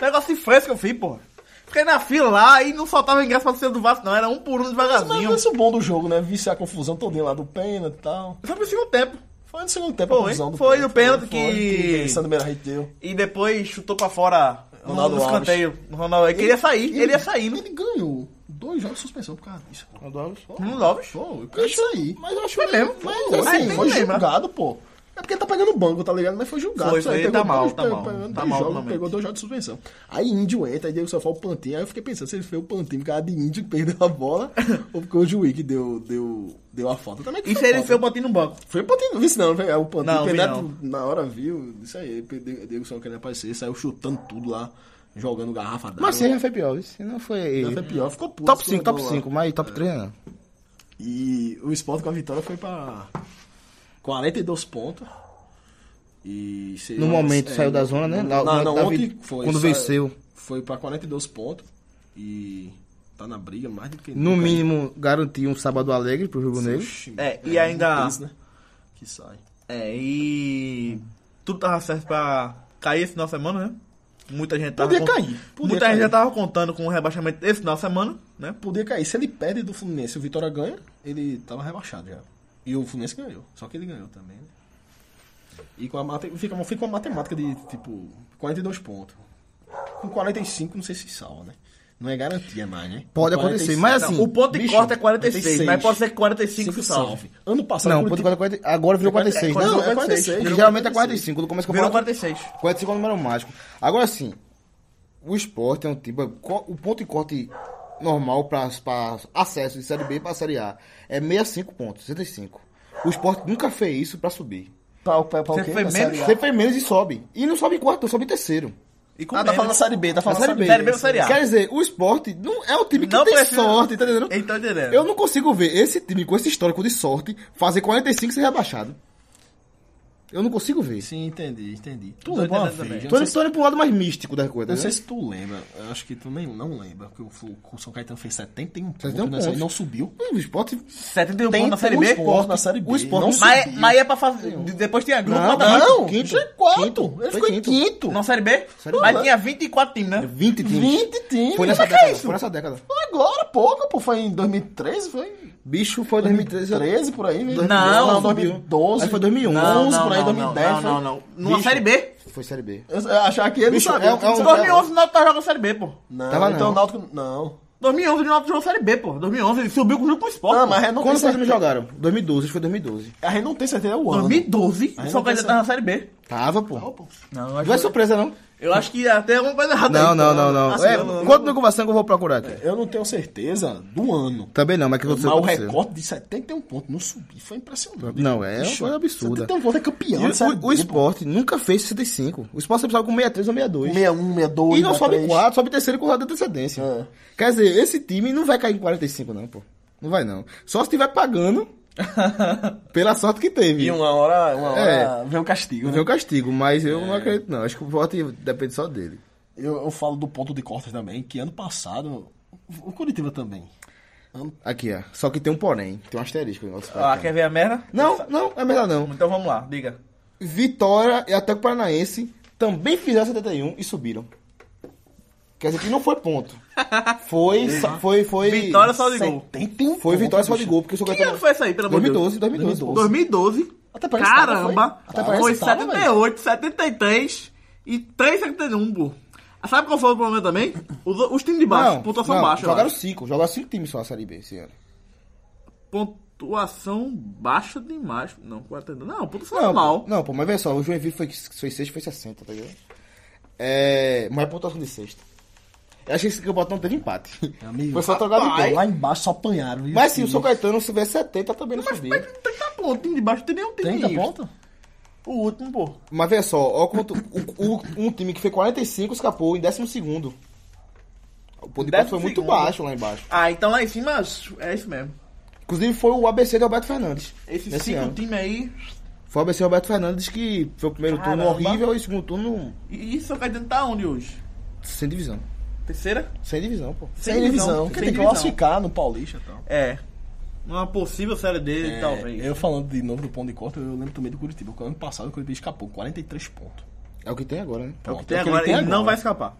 S2: Negócio de fresco que eu fiz, porra. Fiquei na fila lá e não faltava ingresso pra torcida do Vasco, não. Era um por um
S4: Mas
S2: devagarzinho.
S4: isso é o bom do jogo, né? Visse a confusão todinha lá do pênalti e tal.
S2: Só pro segundo tempo.
S4: Foi no segundo tempo a
S2: Foi,
S4: confusão do
S2: foi no pênalti
S4: Foi,
S2: que-
S4: que Sandro Meira deu.
S2: E depois chutou pra fora no-
S4: Ronaldo
S2: no
S4: Alves.
S2: escanteio. O Ronaldo, é ele queria sair, ele, ia sair.
S4: Ele ganhou dois jogos de suspensão por causa disso. Pô,
S2: Ronaldo Alves.
S4: eu quero isso aí.
S3: Mas eu acho
S2: Foi mesmo.
S4: Mas
S2: Pô,
S4: assim,
S2: mas
S4: foi
S2: lembra.
S4: julgado, pô. É porque ele tá pegando banco, tá ligado? Mas foi julgado.
S2: Foi,
S4: isso aí.
S2: foi, tá
S4: Pegou
S2: mal,
S4: dois-
S2: tá
S4: pe-
S2: mal.
S4: pegando
S2: Tá
S4: dois
S2: mal
S4: jogos,
S2: ultimamente.
S4: Pegou dois jogos de suspensão. Aí índio entra, aí Diego só fala o Pantinho. Aí eu fiquei pensando, se ele fez o Pantinho por causa de índio que perdeu a bola ou porque o juiz que deu, deu, deu a falta. Também que
S2: E se
S4: foi
S2: ele
S4: falta.
S2: foi o botinho no banco?
S4: Foi um o Pantinho, não vi isso não, velho. É o Pantinho
S2: Não, vi
S4: Penedo na hora viu, isso aí, perdeu- Diego só querendo aparecer, saiu chutando tudo lá, jogando garrafa d'água.
S3: Mas sim, já foi pior. Isso não foi.
S4: Aí foi pior, ficou puto.
S3: Top
S4: esse
S3: 5, top
S4: jogador lá.
S3: 5, mas top 3 não.
S4: E o esporte com a vitória foi pra 42 pontos. E seria-
S3: No momento
S4: é,
S3: saiu da zona, né?
S4: Não,
S3: Da-
S4: não,
S3: da
S4: ontem
S3: vi-
S4: foi.
S3: quando
S4: saiu-
S3: venceu.
S4: Foi pra 42 pontos e tá na briga mais do que
S3: No
S4: nunca.
S3: mínimo, garantiu um sábado alegre pro jogo negro.
S4: Oxi,
S2: É,
S4: mano,
S2: e
S4: é
S2: ainda-
S4: muito isso, né? Que sai.
S2: É, e. Tudo tava certo pra cair esse final de semana, né? Muita gente tava.
S4: Podia cair, podia
S2: muita gente
S4: cair.
S2: já tava contando com o rebaixamento esse final de semana, né?
S4: podia cair. Se ele perde do Fluminense e o Vitória ganha, ele tava rebaixado já. E o Fluminense ganhou. Só que ele ganhou também, né? E com a mate- fica, fica uma matemática de, tipo, 42 pontos. Com 45, não sei se salva, né? Não é garantia mais, né?
S3: Pode
S4: Com
S3: acontecer,
S4: 45,
S3: mas
S4: não,
S3: assim,
S2: O ponto de
S4: bicho,
S2: corte é 46, mas pode ser 45
S4: 45
S2: que salve.
S4: salve. Ano passado,
S3: Não, ponto
S4: Curitiba-
S3: 40, agora virou 46.
S4: é,
S3: Não,
S4: é 46.
S3: Virou Geralmente é 45. Quando começa com
S2: Virou
S3: 40,
S2: 46.
S3: 45 é um número mágico. Agora sim, o esporte é um tipo. co- O ponto de corte normal para acesso de Série B para Série A é 65 pontos, 65. O esporte nunca fez isso para subir.
S4: Pra, pra, pra
S2: Você
S4: o quê?
S2: foi
S4: Pra
S2: menos-
S4: Série A?
S3: Você fez menos e sobe. E não sobe em quarto, sobe em terceiro. É
S2: E com
S4: Ah, tá
S2: menos.
S4: falando da Série B, tá falando
S3: Série B.
S2: Série B ou Série A?
S3: Quer dizer, o esporte não é o time que
S2: Não
S3: tem
S2: precisa-
S3: sorte, tá entendendo?
S2: Ele tá entendendo.
S3: Eu não consigo ver esse time com esse histórico de sorte fazer 45 e ser rebaixado. Eu não consigo ver.
S4: Sim, entendi, entendi. Tu
S2: Tô
S4: lembra uma
S2: entendendo
S4: vez?
S2: também.
S4: eu
S3: Tô
S4: Não
S3: indo,
S4: sei, se,
S3: tô indo pro lado mais místico da coisa.
S4: não
S3: né?
S4: sei se tu lembra, eu acho que tu nem, não lembra, que o, Flu- o São Caetano fez 71 pontos,
S3: 71
S4: nessa-
S3: pontos.
S4: não subiu.
S3: O esporte.
S2: 71 pontos na Série
S4: uns
S2: B?
S4: pontos na Série B.
S3: O esporte-
S4: não
S2: Mas,
S4: subiu.
S2: mas é pra fazer. Depois tinha grupo. tá
S3: Não,
S2: mas-
S4: Não,
S3: Quinto.
S4: quinto, é quarto.
S3: Quinto.
S4: Ele
S3: Foi
S4: ficou
S3: quinto.
S4: em quinto.
S2: Não, Série B?
S3: Série B.
S2: mas tinha 24 times, né?
S3: 20 times.
S4: 20 times.
S3: Foi nessa
S4: Mas que
S3: década.
S4: é isso?
S3: Foi nessa década.
S4: Agora, pouco, pô. Foi em 2013, foi?
S3: Bicho foi 2013.
S4: 2013, por aí, né?
S2: Não,
S4: Não, 2012.
S3: Aí foi 2011,
S4: por aí, 2010.
S2: Não, não,
S4: foi-
S2: não. Numa
S3: Bicho.
S2: Série B?
S3: Foi Série B.
S4: Eu, eu achava que ele
S3: Bicho,
S4: sabia.
S3: é um- é um-
S2: 2011 o Náutico tá jogando Série B, pô.
S4: Não,
S3: Tava
S4: então
S3: não.
S4: o Náutico... Não.
S2: 2011 ele não jogou Série B, pô. 2011 ele subiu com o Grupo
S3: Ah,
S2: Esporte.
S4: Não,
S2: pô.
S4: mas a gente não
S3: Quando
S4: tem
S3: os Estados
S4: certeza.
S3: Unidos jogaram? 2012, acho que foi 2012.
S4: A gente não tem certeza é o ano.
S2: 2012
S4: Aí
S2: o São
S4: não tem
S2: Caetano tá na Série B.
S3: Tava, pô.
S2: Não,
S3: Não é surpresa, não?
S2: Eu acho que até alguma coisa errada.
S3: Não,
S2: aí,
S3: não,
S2: pô.
S3: não, não.
S2: Assim,
S3: É,
S2: eu não-
S3: Continua conversando que eu vou procurar aqui.
S4: Eu não tenho certeza do ano.
S3: Também não, mas é que
S4: Mas
S3: aconteceu
S4: o
S3: aconteceu.
S4: recorte de 71 pontos não subir foi impressionante.
S3: tá
S4: né?
S3: Não, é uma
S4: Bicho,
S3: coisa absurda.
S4: 71 pontos é
S3: E
S4: campeão.
S3: o-
S4: sabe?
S3: o, o esporte nunca fez 65. O esporte sempre sobe com 63 ou 62.
S4: 61, 62,
S3: e não sobe
S4: 63.
S3: 4, sobe terceiro com rodada de antecedência.
S4: É.
S3: Quer dizer, esse time não vai cair em 45, não, pô. Não vai, não. Só se estiver pagando pela sorte que teve.
S4: E um uma hora, uma hora
S3: É.
S4: vem o castigo, né?
S3: Vem o castigo, mas eu não acredito, não. Acho que o voto depende só dele.
S4: Eu, eu falo do ponto de cortes também, que ano passado, o Curitiba também.
S3: Aqui, ó. Só que tem um porém. Tem um asterisco. no nosso
S2: Ah,
S3: papel.
S2: quer ver a merda?
S3: Não, não, é melhor não.
S2: Então vamos lá, diga.
S3: Vitória e Atlético Paranaense também fizeram 71 e subiram. Quer dizer que não foi ponto. Foi, só- foi, foi... um
S2: Vitória só de gol.
S4: 71
S3: Foi vitória só de
S4: bicho.
S3: gol, porque o São
S2: Que
S3: Caetano-
S2: ano foi essa aí, pelo amor de Deus?
S3: 2012, 2012.
S2: 2012.
S4: Até parece que
S2: Caramba.
S4: tava, foi. Até parece
S2: Foi
S4: que tava,
S2: 78, 73 e 371, pô. Sabe qual foi o problema também? Os, os times de baixo, pontuação
S3: não,
S2: baixa. eu
S3: Jogaram
S2: acho.
S3: cinco, jogaram cinco times só a Série B esse ano.
S2: Pontuação baixa demais. Não, 40, não, pontuação
S3: Não,
S2: normal.
S3: Não, pô, mas vê só, o Joinville foi, foi sexto, foi 60, tá ligado? É, mas é pontuação de sexta. Eu achei que esse campeonato não teve empate.
S4: Amigo,
S3: foi só trocar de
S4: rapaz,
S3: gol.
S4: Lá embaixo só apanharam. viu?
S3: Mas sim, o São Caetano, se tiver 70, também não
S2: Mas
S3: subia.
S2: mas tem 30 pontos, o time de baixo não tem nenhum time.
S4: 30 pontos?
S2: O último, pô.
S3: Mas vê só, ó quanto, o, o- um time que foi 45 escapou em 12º. O ponto de empate foi muito
S2: Décimo segundo.
S3: baixo lá embaixo.
S2: Ah, então lá em cima é isso mesmo.
S3: Inclusive foi o ABC de Alberto Fernandes.
S2: Esses
S3: nesse
S2: cinco
S3: ano.
S2: times aí.
S3: Foi o ABC de Alberto Fernandes que foi o primeiro turno
S2: Caramba.
S3: horrível e o segundo turno
S2: E isso vai tentar onde hoje?
S3: sem divisão.
S2: Terceira?
S3: Sem divisão, pô.
S4: Sem divisão.
S2: Sem
S4: Que tem que
S2: divisão.
S4: classificar no Paulista e tal.
S2: É. Uma possível série dele, É, talvez.
S4: É, eu falando de novo do ponto de corte, eu lembro também do Curitiba. que Ano passado o Curitiba escapou, 43 pontos.
S3: É o que tem agora,
S2: É
S3: né?
S2: o que
S4: Pronto,
S2: tem
S4: é o que
S2: agora,
S4: ele tem
S2: ele não
S4: agora.
S2: vai escapar.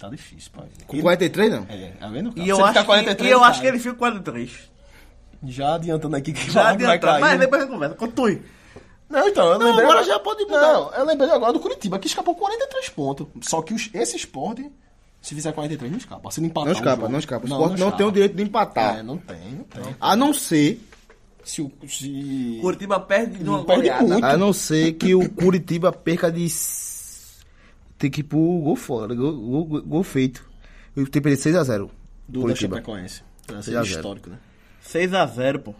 S4: Tá difícil, pai.
S3: Com 43 não.
S4: É, tá vendo? cara?
S2: E
S4: Se
S2: eu,
S4: ele ficar
S2: acho que,
S4: 43,
S2: e eu acho
S4: cai.
S2: que ele fica 43.
S4: Já adiantando aqui que
S2: Já
S4: vai- vai
S2: adiantado,
S4: cair.
S2: mas depois a gente conversa. Continue.
S4: Não, então, eu
S3: Não,
S4: lembrei.
S3: agora já pode mudar.
S4: Não, eu lembrei agora do Curitiba, que escapou 43 pontos. Só que os, esse Sport, se fizer 43, não escapa. Se não empatar
S3: Não
S4: o
S3: escapa,
S4: jogo-
S3: não escapa. O Sport não,
S4: escapa.
S3: tem o direito de empatar.
S4: É, não tem, não tem.
S3: A não ser,
S4: Se o. Se...
S2: Curitiba perde numa
S4: perde
S2: goleada.
S4: muito.
S3: a não ser que o Curitiba perca de s- tem que ir pro gol fora, gol, gol- gol- gol feito. E tem perdido 6 a 0.
S4: Do da
S3: Curitiba.
S4: Chapecoense. Então, esse
S3: Seis a
S4: é
S3: zero.
S4: histórico, né?
S2: 6x0, pô.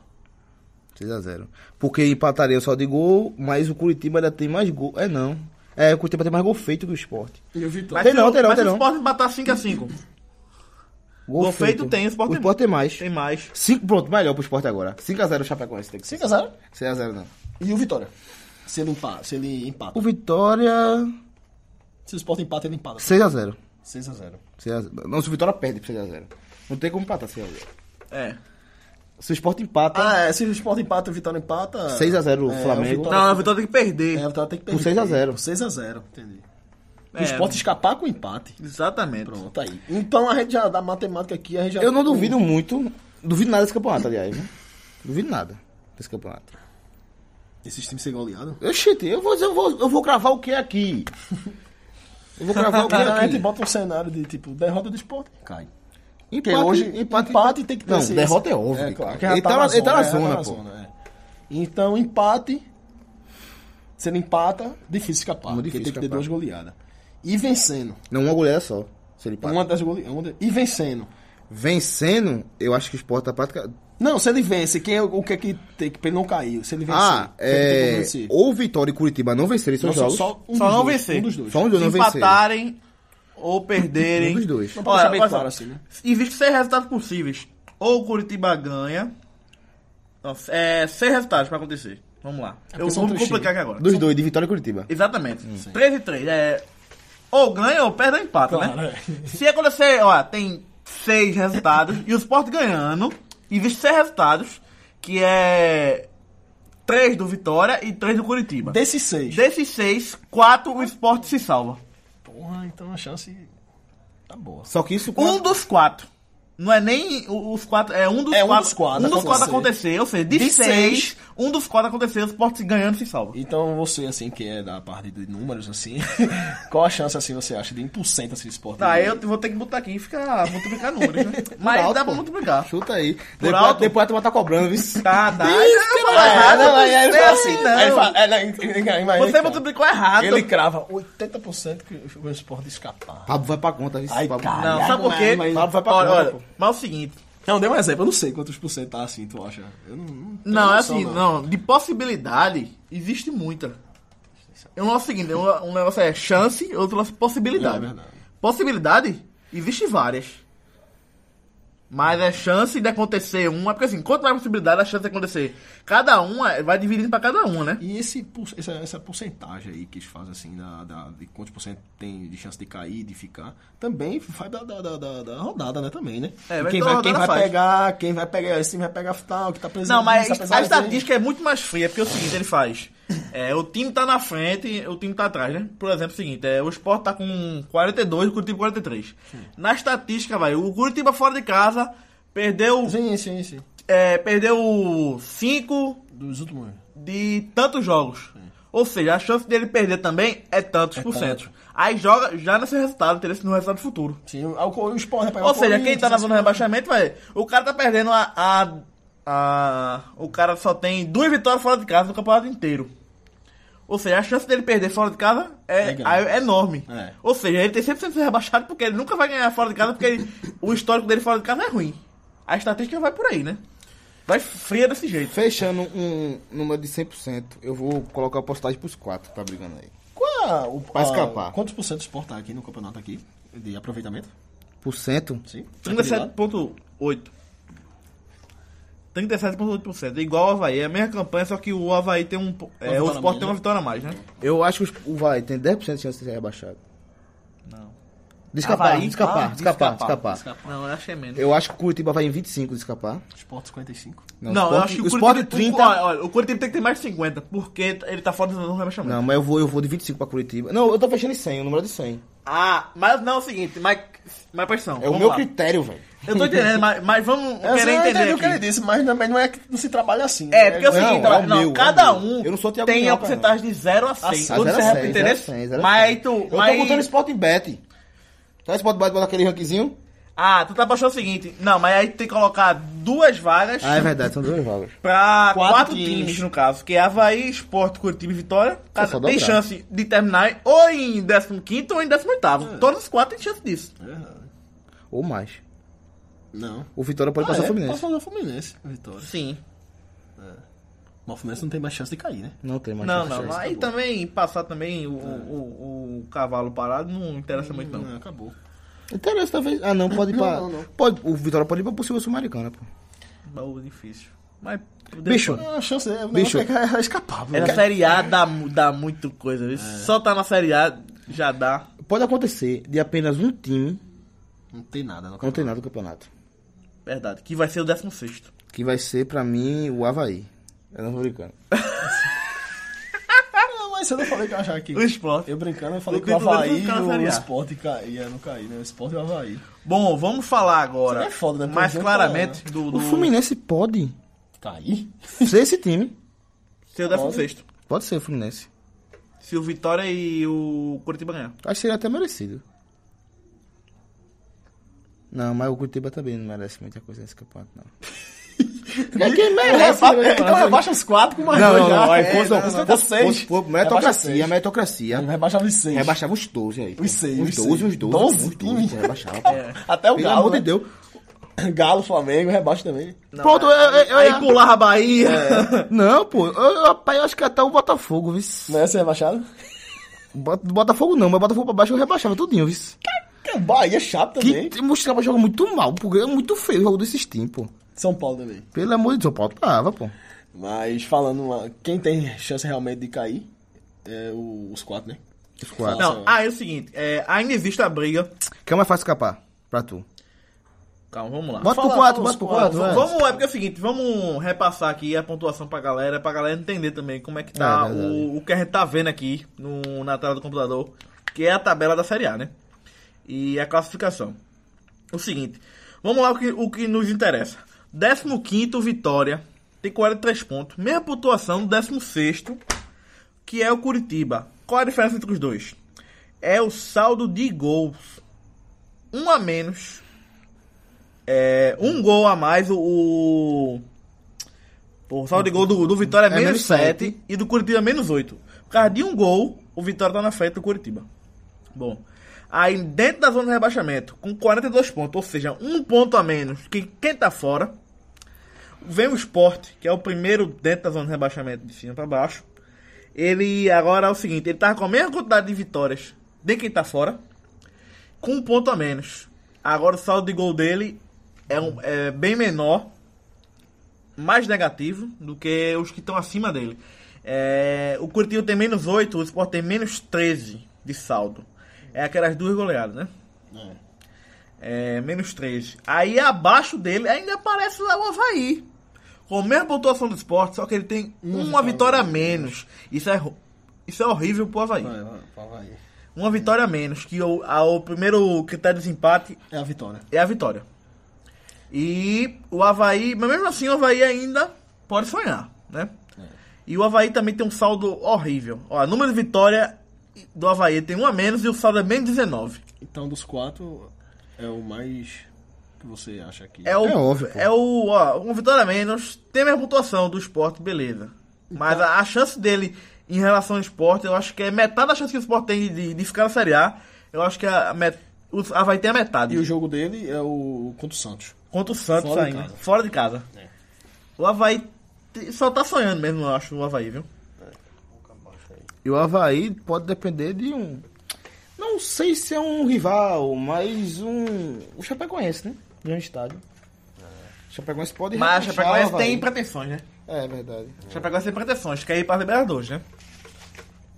S3: 6 a 0. Porque empataria só de gol, mas o Curitiba ainda tem mais gol. É não. É, o Curitiba tem mais gol feito que o Sport.
S4: E o Vitória.
S2: Mas
S3: Tem
S2: se
S3: não,
S2: o-
S3: tem não,
S2: mas
S3: tem
S2: se o
S3: não.
S2: Sport empatar 5x5. Gol feito tem, o Sport
S3: O
S2: tem-
S3: Sport tem mais.
S2: Tem mais.
S3: 5, pronto, melhor pro Sport agora. 5 a 0 o Chapecoense tem que ser.
S4: 5 a 0
S3: 6 a 0 não.
S4: E o Vitória? Se ele empata. Se, ele empata.
S3: O Vitória
S4: se o Sport empata, ele empata.
S3: 6 a 0.
S4: 6 a 0
S3: 6 a 0. Não, se o Vitória perde pra 6x0. Não tem como empatar 6x0.
S2: É.
S3: Se o Sport empata
S4: Ah, é, se o Sport empata, o Vitória empata.
S3: 6 a 0 o
S4: é,
S3: Flamengo.
S4: o Vitória-
S2: Não, a vitória tem que
S4: É, o
S2: perder.
S4: Vitória tem que
S3: Por
S4: perder.
S3: 6 a 0.
S4: 6 a 0 entendi.
S2: É.
S4: O Sport escapar com empate.
S2: Exatamente.
S4: Pronto, aí. Então a gente já da matemática aqui, a gente já.
S3: Eu não duvido muito. Duvido nada desse campeonato, aliás. Né? Duvido nada desse campeonato.
S4: Esses times ser goleado.
S3: Oxi, eu vou, dizer- eu vou, eu vou gravar o que aqui? Eu vou gravar o que
S4: Cara, a gente
S3: aqui?
S4: bota um cenário de tipo, derrota do esporte, cai.
S3: Empate,
S4: Porque hoje, empate, empate tem que ter
S3: Não,
S4: esse-
S3: derrota é
S4: esse-
S3: óbvio.
S4: claro,
S3: cara.
S4: que já
S3: ele, tá, na- ele tá na
S4: já
S3: zona, pô.
S4: Então é. Então, empate. Se ele empata, difícil escapar.
S3: Muito
S4: porque
S3: difícil
S4: tem que ter
S3: escapar.
S4: duas goleadas. E vencendo.
S3: Não, uma goleada só. Se ele empata.
S4: Uma das goleadas. E vencendo.
S3: Vencendo, eu acho que o Sport tá praticamente.
S4: Não, se ele vence, quem é, o que é que tem que pra ele não cair? Se ele vencer.
S3: Ah,
S4: se ele tem que
S3: é.
S4: vencer.
S3: Ou Vitória e Curitiba não vencerem seus
S4: Não, só-
S3: jogos.
S4: só um
S2: Só
S4: dos
S2: não
S4: dois,
S2: vencer.
S4: Um dos dois.
S3: Só um de
S2: Se
S3: não vencer.
S2: empatarem ou perderem.
S3: Um dos dois.
S4: Não pode
S2: Olha,
S4: deixar bem
S2: olha
S4: claro
S2: só,
S4: assim, né?
S2: Existe seis resultados possíveis. Ou o Curitiba ganha. Não, é, seis resultados pra acontecer. Vamos lá. Eu
S4: É porque são
S2: vou me
S4: três Hum.
S2: complicar aqui agora.
S3: Dos dois, de Vitória e Curitiba.
S2: Exatamente. 3 e 3. É, ou ganha ou perde ou empata,
S4: Claro,
S2: né?
S4: é.
S2: Se acontecer, ó, tem seis resultados e o Sport ganhando, existe seis resultados, que é três do Vitória e três do Curitiba.
S4: Desses seis.
S2: Desses seis, quatro o Sport se salva.
S4: Porra, então a chance tá boa.
S3: Só que isso.
S2: Um dos quatro. Não é nem o- os quatro, é um dos,
S4: É um
S2: quatro,
S4: dos quatro
S2: Um dos quatro
S4: acontecer.
S2: acontecer, ou seja, de,
S4: De
S2: seis,
S4: seis.
S2: um dos quatro acontecer, o Sport se ganhando se salva.
S4: Então você, assim, que é da parte de números, assim, qual a chance, assim, você acha de 1% assim, esporte?
S2: Tá, eu vou ter que botar aqui e ficar multiplicar números, né? Mas
S3: alto,
S2: dá pra
S3: pô.
S2: multiplicar.
S3: Chuta aí. Depois,
S2: alto?
S3: depois a turma tá cobrando, viu?
S2: Tá, tá.
S3: Isso,
S2: Não,
S3: mano.
S2: errado,
S3: Não, aí ele
S2: não é
S3: fala
S2: assim, não.
S4: Aí ele fala- é, não, imagina,
S2: Você
S4: ele
S2: multiplicou errado.
S4: Ele crava 80% que o esporte escapar.
S3: Pablo vai pra conta, viu?
S4: Ai,
S3: Pablo-
S4: cara.
S2: Não, sabe por quê?
S4: Não, mas vai pra
S2: olha,
S4: conta,
S2: olha,
S4: pô.
S2: mas é o seguinte.
S4: Não, deu um exemplo, eu não sei quantos por cento tá assim, tu acha? Eu não, não tenho
S2: Não, é
S4: noção,
S2: assim, não. De possibilidade, existe muita. É um negócio seguinte, um, um negócio é chance, outro negócio é
S4: É
S2: possibilidade.
S4: verdade.
S2: possibilidade, existe várias. Mas é chance de acontecer uma, porque assim, quanto mais possibilidade, a chance de acontecer. Cada uma vai dividindo pra cada uma, né?
S4: E esse, por- essa, essa porcentagem aí que eles fazem, assim, da, da- de quantos por cento tem de chance de cair, de ficar, também vai da, da, da- da- da rodada, né? Também, né?
S2: É,
S4: E
S2: vai
S4: quem,
S2: toda
S4: vai,
S2: rodada
S4: quem vai
S2: faz.
S4: pegar, quem vai pegar, esse time vai pegar tal, que tá preso
S2: Não, mas a estatística é muito mais fria, porque é o seguinte, ele faz. É, o time tá na frente, o time tá atrás, né? Por exemplo, é o seguinte, é, o Sport tá com 42, o Curitiba 43. Na estatística, vai, o Curitiba fora de casa perdeu
S4: Sim, sim, sim.
S2: é, perdeu 5
S4: Dos últimos anos.
S2: de tantos jogos. Ou seja, a chance dele perder também é tantos
S4: É
S2: por cento.
S4: tanto.
S2: Aí joga já nesse resultado, interesse no resultado futuro.
S4: Sim, o, o, o esporte vai pegar
S2: Ou
S4: o
S2: seja, quem tá na
S4: Corinthians,
S2: zona de rebaixamento, vai. O cara tá perdendo a, a, a- O cara só tem duas vitórias fora de casa no campeonato inteiro. Ou seja, a chance dele perder fora de casa é,
S4: É grande.
S2: é enorme.
S4: É.
S2: Ou seja, ele tem 100% de ser rebaixado porque ele nunca vai ganhar fora de casa, porque ele- o histórico dele fora de casa é ruim. A estatística vai por aí, né? Vai fria desse jeito.
S4: Tá
S3: Fechando um número de 100%, eu vou colocar a postagem pros quatro que tá brigando aí.
S4: Qual a- o,
S3: Vai
S4: a-
S3: escapar.
S4: Quantos por cento o esporte tá aqui no campeonato aqui? De aproveitamento?
S3: Por cento?
S4: Sim.
S2: 37,8%. 37,8%. É Igual ao Havaí. É a mesma campanha, só que o Havaí tem um. po- É,
S4: Uma
S2: o
S4: vitória a
S2: Sport
S4: mais,
S2: tem
S4: né?
S2: uma vitória a mais, né?
S3: Eu acho que o Vai tem 10% de chance de ser rebaixado.
S2: Não.
S3: De escapar,
S2: Havaí,
S3: de escapar,
S2: ah,
S3: de escapar, de
S2: escapar,
S3: escapar.
S2: Não, eu acho que é menos.
S3: Eu acho que o Curitiba vai em 25 de escapar.
S4: Esporte 55.
S2: Não,
S3: o
S2: eu
S3: Sport-
S2: acho que
S3: o Sport
S2: Curitiba-
S3: 30.
S2: O, olha, olha, o Curitiba tem que ter mais de 50, porque ele tá fora do zona do rebaixamento.
S3: Não, mas eu vou, eu vou de 25 pra Curitiba. Não, eu tô fechando em 100, o número é de 100.
S2: Ah, mas não é o seguinte, mas. Mas pressão.
S3: É o meu
S2: lá.
S3: critério, velho.
S2: Eu tô entendendo, mas, mas vamos
S4: Eu
S2: querer
S4: sei,
S2: entender.
S4: eu entendi o
S2: aqui.
S4: que ele disse, mas não, mas não é que não se trabalha assim.
S2: É,
S4: né?
S2: porque é o
S3: Não,
S2: seguinte,
S3: é o
S2: olha, não,
S3: meu, é o
S2: cada
S3: meu.
S2: um
S3: Eu não sou Thiago
S2: tem a
S3: Minhoca,
S2: porcentagem de 0 a 100.
S3: Ah,
S2: Quando você
S3: 0 a 100,
S2: repete, né?
S3: 0 a 100, 0 a 100.
S2: Mas aí tu...
S3: Eu
S2: mas...
S3: tô botando Sport em Bet. Tá Sport Bet bota aquele ranquezinho?
S2: Ah, tu tá baixando o seguinte. Não, mas aí tu tem que colocar duas vagas
S3: Ah, é verdade, são duas vagas.
S2: pra
S4: Quatro
S2: quatro,
S4: times.
S2: times. no caso. Que é Havaí, Sport, Curitiba e Vitória. Cada-
S3: só
S2: tem
S3: dobrar.
S2: chance de terminar ou em 15º ou em 18º. Todos os quatro têm chance disso.
S4: É,
S3: Ou mais.
S4: Não.
S3: O Vitória pode
S2: Ah, é?
S4: é?
S3: passar o Fluminense.
S4: Passou o Fluminense, Vitória.
S2: Sim.
S4: Mas o Fluminense não tem mais chance de cair, né?
S3: Não tem mais
S2: não,
S3: chance.
S2: não. mas aí
S4: acabou.
S2: também, passar também o, o, o- o cavalo parado não interessa muito, não.
S4: acabou.
S3: Interessa, talvez. Ah, não, pode ir pra.
S4: Não, não, não.
S3: Pode, o Vitória pode ir pra possível Sul-Americana, pô.
S2: Baú É difícil. Mas...
S3: Bicho,
S4: A chance é,
S3: Bicho.
S4: Bicho. é escapar. viu?
S2: É, na
S4: Cara,
S2: Série A dá, mu- dá muito coisa. viu? Só tá na Série A já dá.
S3: pode acontecer de apenas um time
S4: Não tem nada. Não,
S3: não ter nada no campeonato.
S2: Verdade. Que vai ser o 16º.
S3: Que vai ser, pra mim, o Havaí. Eu não tô brincando.
S4: Não, mas eu não falei que eu achava que...
S2: O Sport.
S4: Eu brincando, eu falei
S2: O
S4: que o Havaí
S2: Cruzeiro não tá na Série
S4: e o
S2: A.
S4: Sport caía, não caí, né? O Sport e o Havaí.
S2: Bom, vamos falar agora.
S4: Isso é foda, né? Porque tá o
S2: Mais
S4: jogo
S2: claramente do, do...
S4: Tá
S3: O Fluminense pode
S4: Cair?
S3: ser esse time.
S2: Seria o décimo sexto.
S3: Pode ser o Fluminense.
S2: Se o Vitória e o Curitiba ganhar.
S3: Acho que seria até merecido. Não, mas o Curitiba também não merece muita coisa nesse campeonato, não. é quem merece,
S4: Reba-
S3: né?
S4: Então rebaixa os quatro com mais
S3: Não,
S4: dois
S3: não,
S4: já.
S3: não. Aí, fosse,
S4: não,
S3: não,
S4: não,
S3: fosse,
S4: seis.
S3: fosse, fosse,
S4: Rebaixa
S3: meritocracia,
S4: seis.
S3: meritocracia.
S4: Rebaixava os seis.
S3: Rebaixava os 12 aí. pô.
S4: Os seis,
S3: Os
S4: os
S3: 12,
S4: seis.
S3: os 12.
S4: Doze
S3: Os
S4: times.
S3: 12, rebaixava.
S4: Até o
S3: Pelo
S4: Galo.
S3: amor de
S4: né?
S3: Deus.
S4: Galo, Flamengo, rebaixa também.
S3: Pronto, eu, eu, eu,
S2: Aí pular a Bahia.
S3: Não, pô. Eu, eu, rapaz, eu acho que até o Botafogo, viu?
S4: Não é ser rebaixado?
S3: Bota- Botafogo não, mas Botafogo pra baixo eu rebaixava tudinho, viu?
S4: Que Bahia é chato
S3: Que
S4: também.
S3: t- mostrava joga muito mal, porque é muito feio o jogo desses times, pô.
S4: São Paulo também.
S3: Pelo amor de Deus, Paulo tava, pô.
S4: Mas falando, uma- quem tem chance realmente de cair é o- os quatro, né?
S3: Os quatro.
S2: Não, aí é o seguinte. é, ainda existe a briga.
S3: Quem é mais fácil escapar? Pra tu.
S2: Calma, vamos lá.
S3: Bota pro
S4: Fala,
S3: quatro,
S4: fala
S3: bota
S4: os
S3: pro quatro,
S4: quatro,
S3: vai.
S2: Vamos, é porque é o seguinte, vamos repassar aqui a pontuação pra galera, pra galera entender também como é que tá
S3: É, verdade.
S2: o, o que a gente tá vendo aqui no, na tela do computador, que é a tabela da Série A, né? E a classificação. O seguinte, vamos lá o que, o que nos interessa. 15º, Vitória, tem 43 pontos. Mesma pontuação do 16º, que é o Curitiba. Qual a diferença entre os dois? É o saldo de gols. Um a menos é, um gol a mais, o. o... Pô, o saldo de gol do, do Vitória é, menos
S3: menos
S2: 7 e do Curitiba é menos 8. Por causa de um gol, o Vitória tá na frente do Curitiba. Bom. Aí dentro da zona de rebaixamento, com 42 pontos, ou seja, um ponto a menos que quem tá fora. Vem o Sport, que é o primeiro dentro da zona de rebaixamento de cima pra baixo. Ele agora é o seguinte, ele tá com a mesma quantidade de vitórias de quem tá fora com um ponto a menos. Agora o saldo de gol dele é, um- é bem menor, mais negativo do que os que estão acima dele. É, o Curitiba tem menos 8, o Sport tem menos 13 de saldo. É aquelas duas goleadas, né? É, menos 3. Aí abaixo dele ainda aparece lá o Havaí. Com a mesma pontuação do esporte, só que ele tem uma vitória a menos. Isso é, ro- isso é horrível pro Havaí.
S4: Vai, vai, vai, vai.
S2: Uma vitória a menos, que o, a- o primeiro critério de desempate
S4: É a vitória.
S2: é a vitória. E o Havaí, mas mesmo assim o Havaí ainda pode sonhar, né?
S3: É.
S2: E o Havaí também tem um saldo horrível. Ó, o número de vitória do Havaí tem um a menos e o saldo é menos 19.
S4: Então, dos quatro, é o mais que você acha que...
S2: É o,
S3: É
S2: é,
S3: óbvio, pô.
S2: o, ó, uma vitória a menos, tem a mesma pontuação do esporte, beleza.
S3: Então-
S2: Mas a, a chance dele em relação ao esporte, eu acho que é metade da chance que o esporte tem de, de ficar na Série A. Eu acho que a, a met, o Havaí tem a metade.
S4: E o jogo dele é o contra o Santos.
S2: Contra o Santos
S4: Fora de
S2: ainda.
S4: casa.
S2: fora de casa.
S4: É.
S2: O Havaí te- só tá sonhando mesmo, eu acho, o Havaí, viu?
S3: E o Havaí pode depender de um. Não sei se é um rival, mas um. O Chapecoense, né? Grande estádio. O Chapecoense pode
S2: Mas o
S3: rebaixar o
S2: Chapecoense
S3: é Havaí.
S2: tem pretensões, né?
S3: É verdade.
S2: O Chapecoense tem pretensões, quer ir pra Libertadores, né?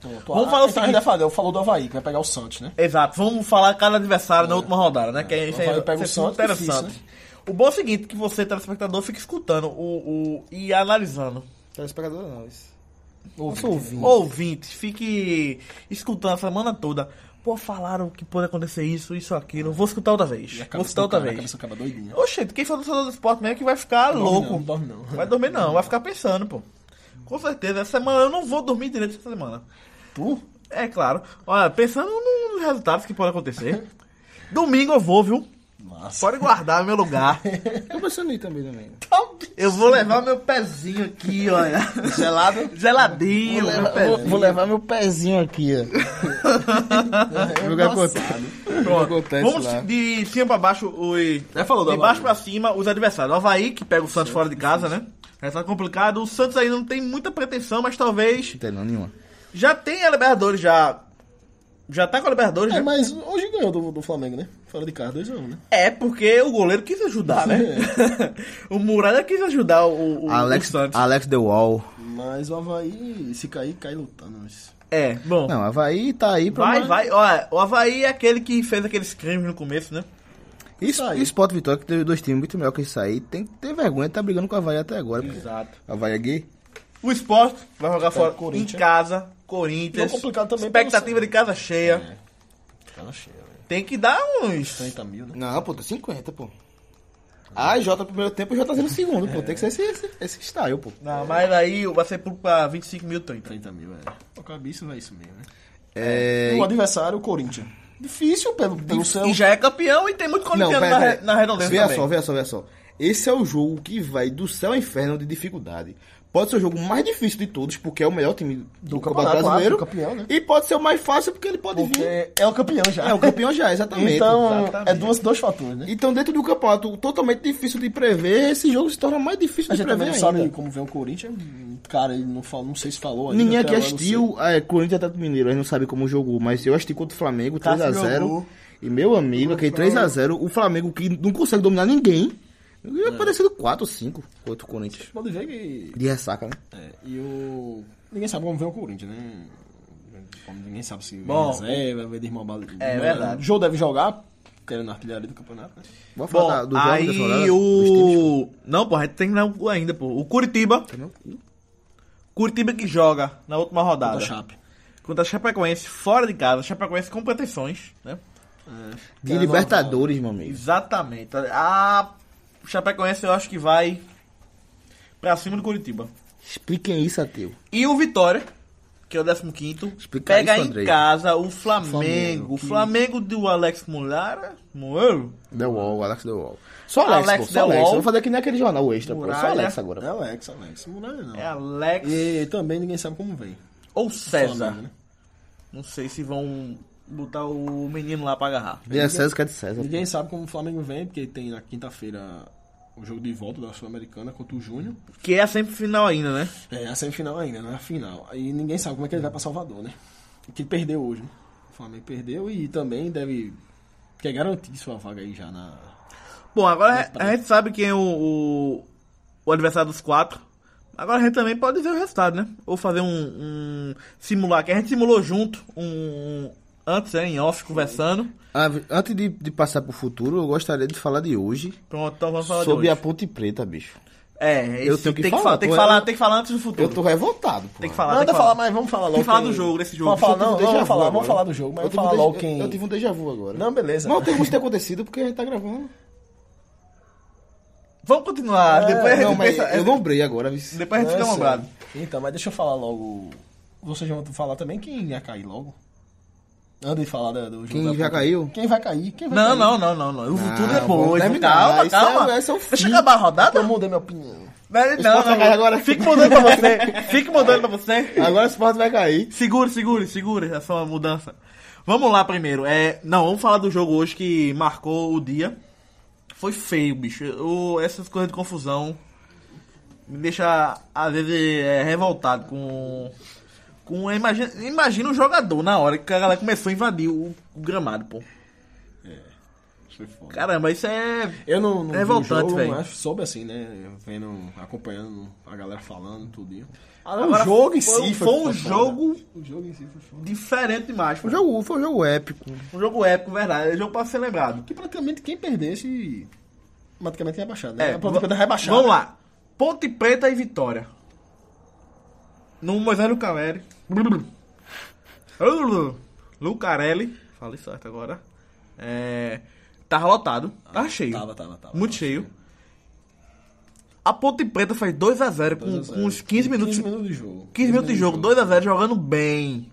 S4: Vamos
S2: falar o
S4: então, a
S2: seguinte.
S4: gente vai falar, eu falo do Havaí, que vai pegar o Santos, né?
S2: Exato, vamos falar cada adversário na última rodada, né? Que aí isso aí
S4: O É. Havaí pega o
S2: isso é
S4: Santos,
S2: interessante.
S4: difícil, né?
S2: O bom é o seguinte, que você, telespectador, fica escutando o, o, e analisando.
S3: Telespectador Tá não, isso.
S4: Ouvinte.
S3: Nossa, ouvinte.
S2: Ouvinte, fique escutando a semana toda. Pô, falaram que pode acontecer isso, isso, aquilo. Vou escutar outra vez.
S4: E a cabeça
S2: Vou escutar
S4: do
S2: outra
S4: cara, A
S2: vez.
S4: cabeça acaba doidinha.
S2: Oxente, quem for torcedor do esporte mesmo é que vai ficar louco.
S4: Não dorme, não.
S2: Vai dormir não, vai ficar pensando, pô. Com certeza, essa semana eu não vou dormir direito essa semana.
S4: Tu?
S2: É claro. Olha, pensando no- nos resultados que podem acontecer. Domingo eu vou, viu?
S4: Nossa.
S2: Pode guardar meu lugar.
S3: Tô pensando em também, domingo.
S4: Então,
S2: Eu vou levar meu pezinho aqui, olha. Gelado? Geladinho, É. meu
S3: Vou,
S2: pezinho.
S3: vou levar meu pezinho aqui, ó.
S4: Ah, é,
S3: Jogar contra.
S2: Pronto.
S3: acontece
S2: Vamos
S3: lá.
S2: de cima pra baixo os.
S4: Já falou do
S2: de baixo pra
S4: Havaí.
S2: cima os adversários. O Havaí, que pega o Santos fora de casa, né? É só complicado. O Santos ainda não tem muita pretensão, mas talvez
S3: Não tem não, nenhuma.
S2: Já tem a Libertadores, já. Já tá com a Libertadores,
S4: É,
S2: né?
S4: mas hoje ganhou do, do Flamengo, né? Fora de casa, 2x1, né?
S2: É, porque o goleiro quis ajudar, né?
S4: É.
S2: o Muralha quis ajudar o, o,
S3: Alex,
S2: o Santos.
S3: Alex The Wall.
S4: Mas o Havaí, se cair, cai lutando. Mas...
S2: É, bom.
S3: Não, Havaí tá aí pra.
S2: vai, vai. Olha, o Havaí é aquele que fez aqueles crimes no começo, né?
S3: Isso aí. Sport Vitória, que teve dois times muito melhor que isso aí, tem que ter vergonha de tá brigando com o Havaí até agora. pô.
S2: Exato.
S3: Havaí é gay?
S2: O Sport vai jogar fora
S4: É, Corinthians.
S2: em casa, Corinthians.
S4: E é complicado também
S2: Expectativa
S4: pelo É.
S2: de casa cheia.
S4: tá Cara cheia, velho.
S2: Tem que dar uns.
S4: 30 mil, né?
S3: Não, pô, tá 50, pô. A e J no primeiro tempo e o JZ no segundo, pô. Tem que ser esse, esse, esse style, pô.
S2: Não, mas aí vai ser por pra 25 mil 30.
S4: 30 mil, é. Pô, cabeça não é isso mesmo, né?
S3: É.
S4: O adversário, o Corinthians. Difícil pelo, pelo seu...
S2: E já é campeão e tem muito
S3: Não,
S2: corintiano na,
S3: pera,
S2: re-
S3: pera.
S2: na redondeza
S3: Veja
S2: também.
S3: só, veja só, veja só. Esse é o jogo que vai do céu ao inferno de dificuldade. Pode ser o jogo mais difícil de todos, porque é o melhor time do,
S4: campeonato,
S3: Campeonato Brasileiro.
S4: claro, campeão, né?
S3: E pode ser o mais fácil, porque ele pode vir.
S4: Porque é o campeão já.
S3: É, o campeão já, exatamente.
S4: Então,
S2: Exatamente.
S4: é duas, dois fatores, né?
S3: Então, dentro do campeonato totalmente difícil de prever, esse jogo se torna mais difícil
S4: A
S3: de
S4: gente também
S3: prever
S4: não sabe
S3: ainda.
S4: como vem o Corinthians. Hum, Cara, ele não, falou, não sei se falou ainda.
S3: Ninguém
S4: até
S3: aqui
S4: agora, não sei.
S3: assistiu é, Corinthians e Atlético Mineiro, a gente não sabe como jogou, mas eu assisti contra o Flamengo,
S4: Cássio
S3: 3x0.
S4: jogou.
S3: E meu amigo, aquele 3x0, o Flamengo que não consegue dominar ninguém, é. parecido 4 ou 5 contra o Corinthians.
S4: Pode ver que.
S3: De ressaca, né?
S4: É, e o. Ninguém sabe como vem o Corinthians, né? Como ninguém sabe se
S2: Bom.
S4: vem reserva, vai desmambar.
S2: É verdade.
S4: O jogo deve jogar, querendo a artilharia do campeonato, né?
S3: Vamos
S2: Bom,
S3: falar do jogo da jornada,
S2: aí
S3: dos times.
S2: o... Tá, Não, porra, tem não, ainda, pô. O Curitiba. Curitiba que joga na última rodada.
S4: Da Chape.
S2: Contra a Chapecoense, fora de casa. Chapecoense com pretensões, né?
S3: De Libertadores,
S2: tá
S3: meu amigo.
S2: Exatamente. A Chapecoense eu acho que vai pra cima do Curitiba.
S3: Expliquem isso, Ateu.
S2: E o Vitória, que é o 15º,
S3: Explica
S2: pega
S3: isso,
S2: em
S3: Andrei.
S2: casa o Flamengo.
S3: Flamengo,
S2: o Flamengo do Alex Mulara. Moeiro?
S3: The Wall, Alex The Wall. Só Alex,
S2: Alex
S3: pô, só
S2: The
S3: Alex.
S2: Wall.
S3: Eu vou fazer que nem aquele jornal extra, pô. Só
S2: Muralha.
S3: Alex agora.
S4: É Alex, Alex. Não é, não.
S2: É Alex
S4: E também ninguém sabe como vem.
S2: ou César.
S4: Flamengo, né?
S2: Não sei se vão botar o menino lá pra agarrar.
S3: De César que é de César.
S4: Ninguém sabe como o Flamengo vem, porque tem na quinta-feira o jogo de volta da Sul-Americana contra o Júnior.
S2: Que é sempre final ainda, né?
S4: É, a semifinal ainda, não é a final. Aí ninguém sabe como é que ele vai pra Salvador, né? Que ele perdeu hoje, né? O Flamengo perdeu e também deve. Quer garantir sua vaga aí já na.
S2: Bom, agora
S3: tá
S2: a gente sabe quem é o, o, o adversário dos quatro. Agora a gente também pode dizer o resultado, né? Ou fazer um, um simular, que a gente simulou junto, um antes, né, em off, conversando.
S3: Ah, Antes de, de passar pro futuro, eu gostaria de falar de hoje.
S2: Pronto, então vamos falar de
S3: Sobre
S2: hoje.
S3: a Ponte Preta, bicho.
S2: É,
S3: Eu
S2: esse
S3: tenho que
S2: tem
S3: falar,
S2: tem que
S3: pô,
S2: falar,
S3: eu-
S2: tem que falar antes do futuro.
S3: Eu tô revoltado, pô.
S2: Tem que falar,
S4: Nada
S2: tem que
S4: falar,
S2: falar.
S4: mas vamos falar logo.
S2: Tem que falar
S4: quem-
S2: do jogo, desse jogo.
S4: Vamos falar,
S3: Eu tive
S4: não,
S3: um déjà
S4: vamos falar,
S3: vu
S4: vamos
S3: agora.
S4: falar do jogo, mas
S3: Eu
S4: vamos
S3: tive um
S4: falar
S3: déjà-
S4: logo quem.
S3: Eu tive um déjà vu agora.
S4: Não, beleza.
S3: Não tem como isso ter acontecido porque a gente tá gravando.
S2: Vamos
S4: É,
S2: continuar, depois a gente
S3: não, mas
S2: pensa-
S3: eu lembrei agora. vice.
S2: Depois a gente
S4: Não, é
S2: fica
S4: sério.
S2: lembrado.
S4: Então, mas deixa eu falar logo. Vocês vão falar também quem ia cair logo? Antes de falar da- do jogo.
S3: Quem
S4: da
S3: já
S4: Ponte.
S3: caiu?
S4: Quem vai cair? Quem vai
S2: Não,
S4: cair?
S2: não, não, não, não. O futuro é
S3: vamos
S2: depois.
S3: terminar.
S2: Calma,
S3: Esse
S2: calma.
S3: é- esse é o
S2: Deixa
S3: fim.
S2: acabar a rodada.
S4: Eu mudei minha opinião.
S2: Não,
S3: Esporte
S2: não,
S3: vai cair
S2: não.
S3: agora.
S2: Fique mudando pra você. Fique mudando pra você.
S3: Agora o Sport vai cair.
S2: Segure, segure, segure essa mudança. Vamos lá primeiro. É, não, vamos falar do jogo hoje que marcou o dia. Foi feio, bicho. Eu- essas coisas de confusão me deixa, às vezes, é, revoltado com... com imagina, imagina o jogador na hora que a galera começou a invadir o, o gramado, pô.
S4: Foi foda.
S2: Caramba, isso é...
S4: Eu não, não
S2: É
S4: vi
S2: revoltante,
S4: o jogo,
S2: velho.
S4: mas soube assim, né? Eu Vendo, acompanhando a galera falando, tudinho.
S2: Agora,
S4: o jogo em
S2: foi-
S4: si
S2: foi,
S4: foi,
S2: um
S4: foda.
S2: jogo
S4: O jogo em si foi foda.
S2: diferente demais. pô.
S3: O jogo foi um jogo épico.
S2: Um jogo épico, verdade. É um jogo pra ser lembrado.
S4: Que praticamente quem perdesse, praticamente ia rebaixado, né?
S2: É,
S4: a Ponte Preta
S2: va-
S4: rebaixada.
S2: Vamos lá. Ponte Preta e Vitória. No Moisés Lucarelli. Lucarelli. Falei certo agora. É, tava lotado. Tava cheio.
S4: Ah, Tava, tava, tava.
S2: Muito
S4: Tava
S2: cheio. A Ponte Preta faz 2x0 com,
S4: 2 a 0.
S2: com uns 15 minutos.
S4: 15 minutos de jogo.
S2: 15 minutos de jogo, 2x0, jogando bem.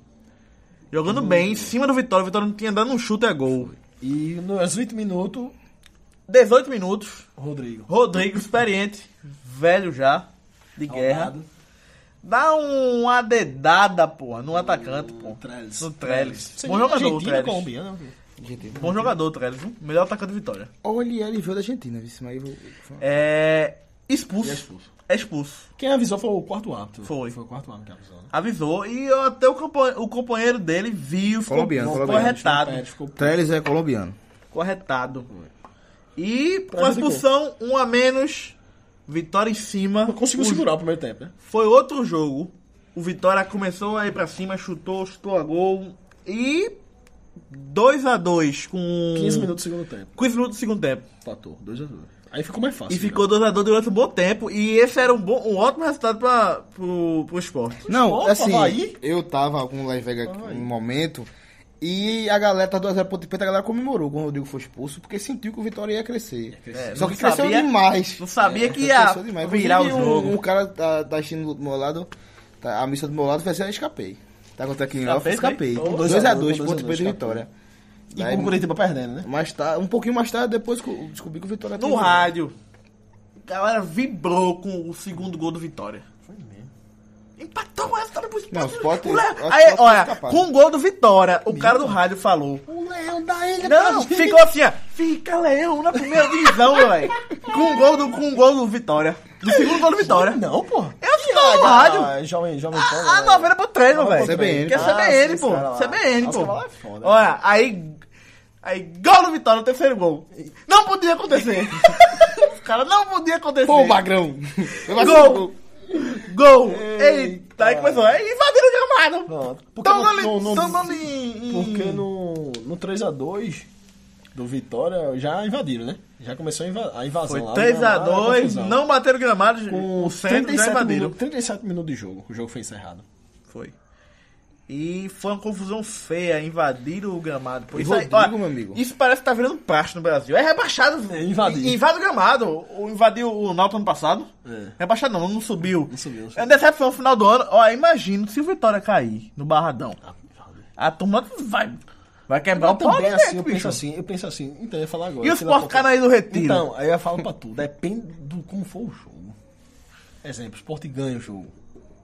S2: Jogando bem, em cima do Vitória. O Vitória não tinha dado um chute a gol.
S4: E nos 20 minutos,
S2: 18 minutos.
S4: Rodrigo.
S2: Rodrigo, experiente, velho já, de guerra.
S4: Rodado.
S2: Dá uma dedada, porra, no atacante, pô.
S4: No Trellis.
S2: No Trellis.
S4: Você
S2: Bom
S4: viu
S2: jogador, o
S4: Argentina,
S2: Trellis.
S4: colombiana, né?
S2: Bom jogador, Trellis. viu? Melhor atacante do Vitória.
S3: Olha, ele veio da Argentina, vice. Mas eu...
S2: É... Expulso.
S4: E é expulso.
S2: É expulso.
S4: Quem avisou foi o quarto árbitro.
S2: Foi.
S4: Foi o quarto árbitro que avisou, né?
S2: Avisou. E até o, compa- o companheiro dele viu, ficou
S3: Colombiano,
S2: ficou
S3: colombiano.
S2: corretado.
S4: Pérez ficou puto.
S3: Trellis é colombiano.
S2: Corretado. E com a
S4: Prejudicou.
S2: expulsão, um a menos, Vitória em cima.
S4: Não Ah, conseguiu
S2: O
S4: segurar o primeiro tempo, né?
S2: Foi outro jogo. O Vitória começou a ir pra cima, chutou, chutou a gol. E 2 a 2 com
S4: 15 minutos do segundo tempo.
S2: 15 minutos do segundo tempo.
S4: Empatou. 2 a 2 Aí ficou mais fácil.
S2: E
S4: né?
S2: ficou 2 a 2 durante um bom tempo. E esse era um, bom, um ótimo resultado pra, pro, pro esporte.
S3: Não,
S4: Opa,
S3: assim,
S4: Havaí?
S3: eu tava com o Las Vegas num momento E a galera tá 2x0 Ponte Preta, a galera comemorou quando o Rodrigo foi expulso, porque sentiu que o Vitória ia crescer. Só
S2: não
S3: que cresceu
S2: sabia-
S3: demais.
S2: Não sabia que
S3: Cresceu
S2: ia
S3: é, demais.
S2: virar o
S3: Inclusive, um-
S2: jogo.
S3: Um cara da, da China do meu lado, tá- a missa do meu lado, vai ser eu escapei. Tá contra aqui em off,
S2: Escapei,
S3: escapei.
S2: foi?
S4: Dois a
S3: 2x2,
S4: dois, dois a
S3: Ponte
S4: dois,
S3: Preta e
S4: escapou.
S3: Vitória.
S4: E
S3: Daí-
S4: com o Curitiba perdendo, né?
S3: Mas tá, um pouquinho mais tarde, depois que eu descobri que o Vitória
S2: No
S3: tinha-
S2: rádio. A galera vibrou com o segundo gol do Vitória.
S4: Foi mesmo.
S2: Empatou o resultado pro
S3: Não,
S2: esporte.
S3: Sport-
S2: O Le-
S3: acho que
S2: Aí,
S3: Sport
S2: olha,
S3: foi capaz.
S2: com o gol do Vitória, o cara do rádio falou.
S3: O leão da ilha
S2: Não,
S3: tá-
S2: ficou assim, ó. Fica Leão na primeira divisão, velho. Com o gol do, com o gol do Vitória. Do segundo gol do Vitória.
S4: É? Não, pô.
S2: Eu que tô no rádio.
S4: Ah, jovem, jovem Pan,
S2: A, a
S4: né?
S2: novela é pro treino, velho.
S3: CBN.
S2: Que é
S3: Ah,
S2: CBN,
S4: sim,
S2: pô.
S4: esse cara lá.
S2: CBN,
S4: Nossa,
S2: pô.
S4: esse cara lá é foda.
S2: Olha, aí. Aí, gol do Vitória, terceiro gol. Não podia acontecer. cara, não podia acontecer.
S3: Pô, Magrão! Eu vacilo, um
S2: Gol! Gol! Eita,
S4: Eita.
S2: aí começou. Aí invadiram o gramado.
S4: Pronto. Porque
S2: Estão
S4: não-
S2: dando
S4: não- não-
S2: tão dando em... em-
S4: Porque no, no 3x2 do Vitória já invadiram, né? Já começou a, inva- a invasão
S2: Foi
S4: lá.
S2: 3x2,
S4: confusão.
S2: não bateram o gramado. o
S4: Com
S2: centro já
S4: 37
S2: invadiram.
S4: minutos, 37 minutos de jogo. O jogo foi encerrado.
S2: Foi. E foi uma confusão feia, invadiram o gramado. Pô,
S3: E
S2: isso, aí,
S3: Rodrigo,
S2: olha,
S3: meu amigo.
S2: isso parece que tá virando praxe no Brasil. É rebaixado.
S4: É, invadir.
S2: E- Invade o gramado. O- Invadiu o Náutico ano passado.
S4: É.
S2: Rebaixado não, não subiu.
S4: Não subiu, não
S2: É
S4: subiu.
S2: uma decepção no final do ano. Ó, imagino se o Vitória cair no Barradão.
S4: Ah,
S2: A turma vai, vai quebrar
S4: Eu
S2: o pau
S4: também
S2: do
S4: assim,
S2: dentro,
S4: eu penso
S2: bicho.
S4: assim, eu penso assim, então eu ia falar agora.
S2: E o
S4: sei lá
S2: Sport
S4: qual foi.
S2: Canaí do Retiro?
S4: Então, aí eu falo pra tu, depende do como for o jogo. Exemplo, o Sport ganha o jogo.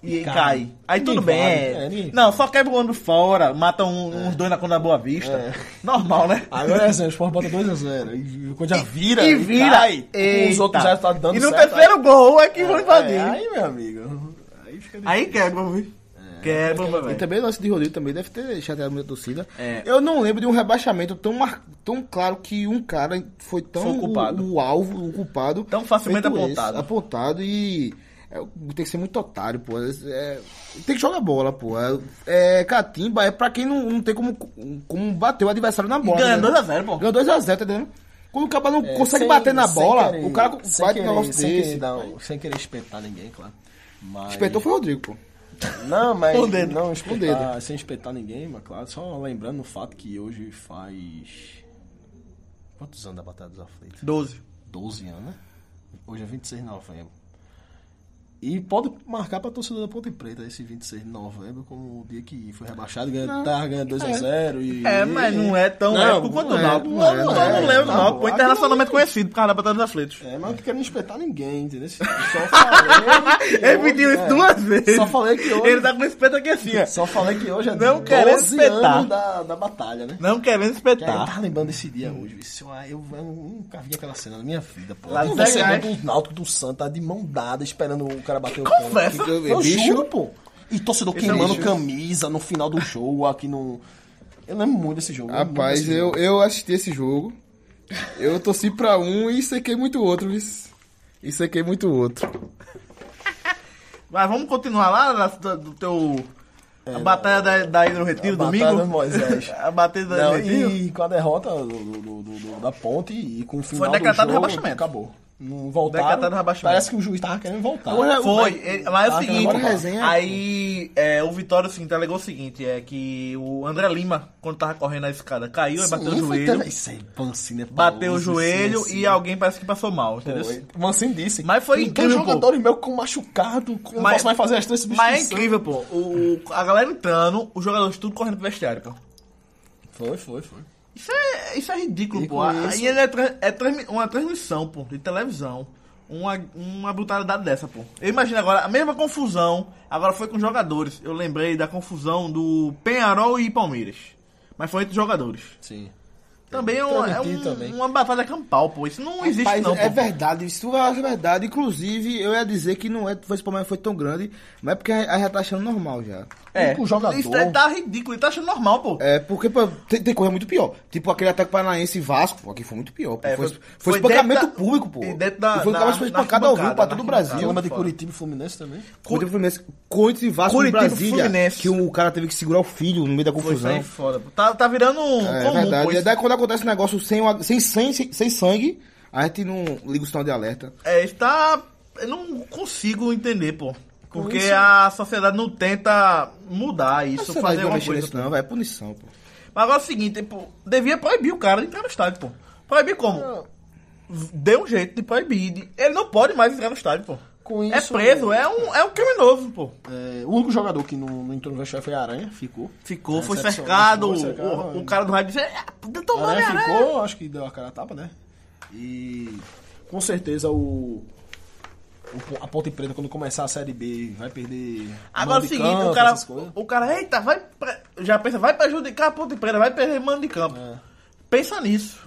S2: E aí cai. Aí
S4: Ninguém
S2: tudo bem.
S4: vale, é, ninguém- É.
S2: não, só quebra o ônibus fora, mata um- uns dois na conta da Boa Vista. Normal, né?
S4: Agora, é exemplo, o Sport bota 2x0. E e quando já vira,
S2: e vira.
S4: cai, com os outros já estão dando
S2: E no
S4: certo,
S2: terceiro gol é que
S4: aí-
S2: vão invadir.
S4: É, aí, É. meu amigo. Aí fica difícil.
S2: Aí quebra, viu? Quebra,
S3: E
S2: velho.
S3: também o lance de Rodrigo também deve ter chateado muita torcida.
S2: É.
S3: Eu não lembro de um rebaixamento tão, mar- tão claro que um cara foi tão
S2: Foi o culpado.
S3: O, o alvo, o culpado.
S2: Tão facilmente
S3: feito esse,
S2: apontado.
S3: apontado e. é, tem que ser muito otário, pô. É, tem que jogar bola, pô. É, é, catimba é pra quem não, não tem como, como bater o adversário na bola.
S2: Ganha
S3: entendeu?
S2: 2x0, pô.
S3: Ganhou 2x0, tá entendendo? Quando o cara não
S4: É,
S3: consegue
S4: sem-
S3: bater na
S4: sem
S3: bola,
S4: querer-
S3: o cara
S4: sem
S3: bate um
S4: querer-
S3: negócio
S4: sem
S3: desse.
S4: Querer dar um- sem querer espetar ninguém, claro. Mas...
S3: Espetou foi o Rodrigo, pô.
S4: Não, mas
S2: Com o dedo.
S4: não espetar,
S3: dedo.
S4: sem espetar ninguém, mas claro, só lembrando o fato que hoje faz. Quantos anos da Batalha dos Aflitos?
S2: 12.
S4: 12 anos, né? Hoje é 26 de novembro. E pode marcar pra torcida da Ponte Preta esse 26 de novembro como o dia que foi rebaixado, ganhou, tava ganhando 2x0 e...
S2: É, mas não é tão
S4: Não,
S2: épico quanto
S4: não
S2: o
S4: é,
S2: Náutico.
S4: não
S2: Não,
S4: é,
S2: não,
S4: não é.
S2: não lembro do
S4: Não,
S2: Náutico. O
S4: aqui
S2: Inter é relacionalmente
S4: não é
S2: conhecido por causa da Batalha dos Aflitos.
S4: É, mas eu não quero espetar ninguém, entendeu? Só falei... que
S2: Ele pediu
S4: hoje-
S2: isso
S4: é.
S2: duas vezes.
S4: Só falei que hoje...
S2: Ele tá com o espeto aqui assim, ó.
S4: Só falei que hoje é
S2: Não
S4: 12
S2: quero espetar.
S4: anos da, da batalha, né?
S2: Não querendo
S4: Cara, eu
S2: espetar.
S4: tava lembrando desse dia hoje, bicho. Eu, eu, eu nunca vi aquela cena na minha vida, pô. um
S2: Lá
S4: Lá no
S2: no Zé Gás.
S4: do Náutico do Santa, de mão dada, esperando o cara bater o
S2: conversa?
S4: pênalti. Eu,
S3: Bicho.
S4: juro, pô. E torcedor
S2: é um
S4: queimando
S2: bicho.
S4: camisa no final do jogo, aqui no... Eu lembro muito desse jogo. lembro muito
S3: Rapaz,
S4: desse
S3: eu,
S4: jogo.
S3: eu assisti esse jogo. Eu torci pra um e sequei muito outro, viu? E sequei muito outro.
S2: Mas vamos continuar lá na- do, do teu. a batalha da, da Hidro Retiro,
S4: É. A
S2: domingo?
S4: batalha do Moisés.
S2: A batalha da
S4: Não,
S2: Hidro Retiro?
S4: e com a derrota do- do- do- do- da ponte e com o final
S2: decretado
S4: do jogo,
S2: rebaixamento.
S4: acabou. Não voltaram.
S2: Decretado rebaixamento.
S4: Parece que o juiz tava querendo voltar.
S3: Agora-
S2: Foi,
S3: Mas-
S2: ele- mas é o
S4: Ah,
S2: seguinte,
S4: agora
S2: cara,
S3: resenha,
S2: aí é, o Vitória assim, alegou o seguinte, é que o André Lima, quando tava correndo a escada, caiu e bateu o
S4: Sim, foi
S2: joelho,
S4: ter- Isso aí, Mancini é
S2: bateu o
S4: pauloso,
S2: joelho
S4: sim,
S2: e
S4: sim.
S2: alguém parece que passou mal, entendeu?
S4: Foi. Mancini disse.
S2: Mas foi
S4: "Tem dois
S2: incrível, pô."
S4: jogadores meus com machucado, com não
S2: Mas-
S4: posso mais fazer as três substituições.
S2: Mas é incrível, pô, o, o- a galera entrando, os jogadores tudo correndo pro vestiário, cara.
S4: Foi, foi, foi.
S2: Isso é, isso é ridículo,
S4: E
S2: pô.
S4: com
S2: Aí
S4: isso-
S2: ele é, tra- é transmi- uma transmissão, pô, de televisão. Uma, uma brutalidade dessa, pô. Eu imagino agora, a mesma confusão, agora foi com jogadores. Eu lembrei da confusão do Penharol e Palmeiras. Mas foi entre jogadores.
S4: Sim.
S2: Também é, uma- é
S4: Transmitir
S2: um-
S4: também.
S2: uma batalha campal, pô. Isso não existe,
S3: Rapaz,
S2: não,
S3: é
S2: pô.
S3: verdade, isso é verdade. Inclusive, eu ia dizer que não é, foi, esse problema foi tão grande, mas é porque a a gente tá achando normal já.
S4: E com o jogador.
S2: Isso tá- tá ridículo, ele tá achando normal, pô.
S3: É, porque pô, tem, tem coisa muito pior. Tipo aquele ataque paranaense e Vasco, pô, aqui foi muito pior. pô.
S2: É,
S3: foi,
S2: foi-
S3: foi,
S2: foi
S3: espancamento
S2: dentro da-
S3: público, pô.
S2: e dentro da-
S3: E foi um
S2: na-
S3: cara que foi
S2: na
S3: espancado ao vivo pra
S2: arquibancada,
S3: todo o
S2: na
S3: Brasil.
S2: arquibancada.
S4: Lembra de
S2: Fora.
S4: Curitiba e Fluminense também?
S3: Contra o Fluminense. Corinthians e Vasco
S2: Curitiba e
S3: em Brasília.
S2: Fluminense.
S3: Que o cara teve que segurar o filho no meio da
S2: Foi isso
S3: confusão.
S2: aí, foda, pô. Tá, tá virando um
S3: É,
S2: comum,
S3: verdade.
S2: pô.
S3: E
S2: Isso-
S3: daí quando acontece um negócio sem, o- sem, sangue- sem, sem sangue, a gente não liga o sinal de alerta.
S2: É, está. Eu não consigo entender, pô. Porque
S4: isso-
S2: a sociedade não tenta mudar isso, fazer
S3: Você vai
S2: alguma
S3: mexer
S2: coisa.
S3: nisso não, vai, é punição, pô.
S2: Mas agora é o seguinte, pô, devia proibir o cara de entrar no estádio, pô. Proibir como? Deu um jeito de proibir. de- Ele não pode mais entrar no estádio, pô.
S4: Com
S2: é
S4: isso,
S2: preso, é um, é um criminoso, pô.
S4: É, o único jogador que não, não entrou no vestiário foi a Aranha, ficou.
S2: Ficou,
S4: É,
S2: foi
S4: excepcional,
S2: cercado.
S4: foi cercado,
S2: o, o
S4: é.
S2: cara do rádio disse: é,
S4: A
S2: tomou
S4: Aranha
S2: minha aranha.
S4: Né, ficou, acho que deu a cara a tapa, né? E com certeza o, o- a Ponte Preta, quando começar a Série B, vai perder.
S2: Agora
S4: mão
S2: é o
S4: de
S2: seguinte,
S4: campo,
S2: o, cara,
S4: essas coisas.
S2: o cara, eita, vai. pra- já pensa, vai prejudicar a ponte preta, vai perder mano de campo.
S4: É. Uhum.
S2: Pensa nisso.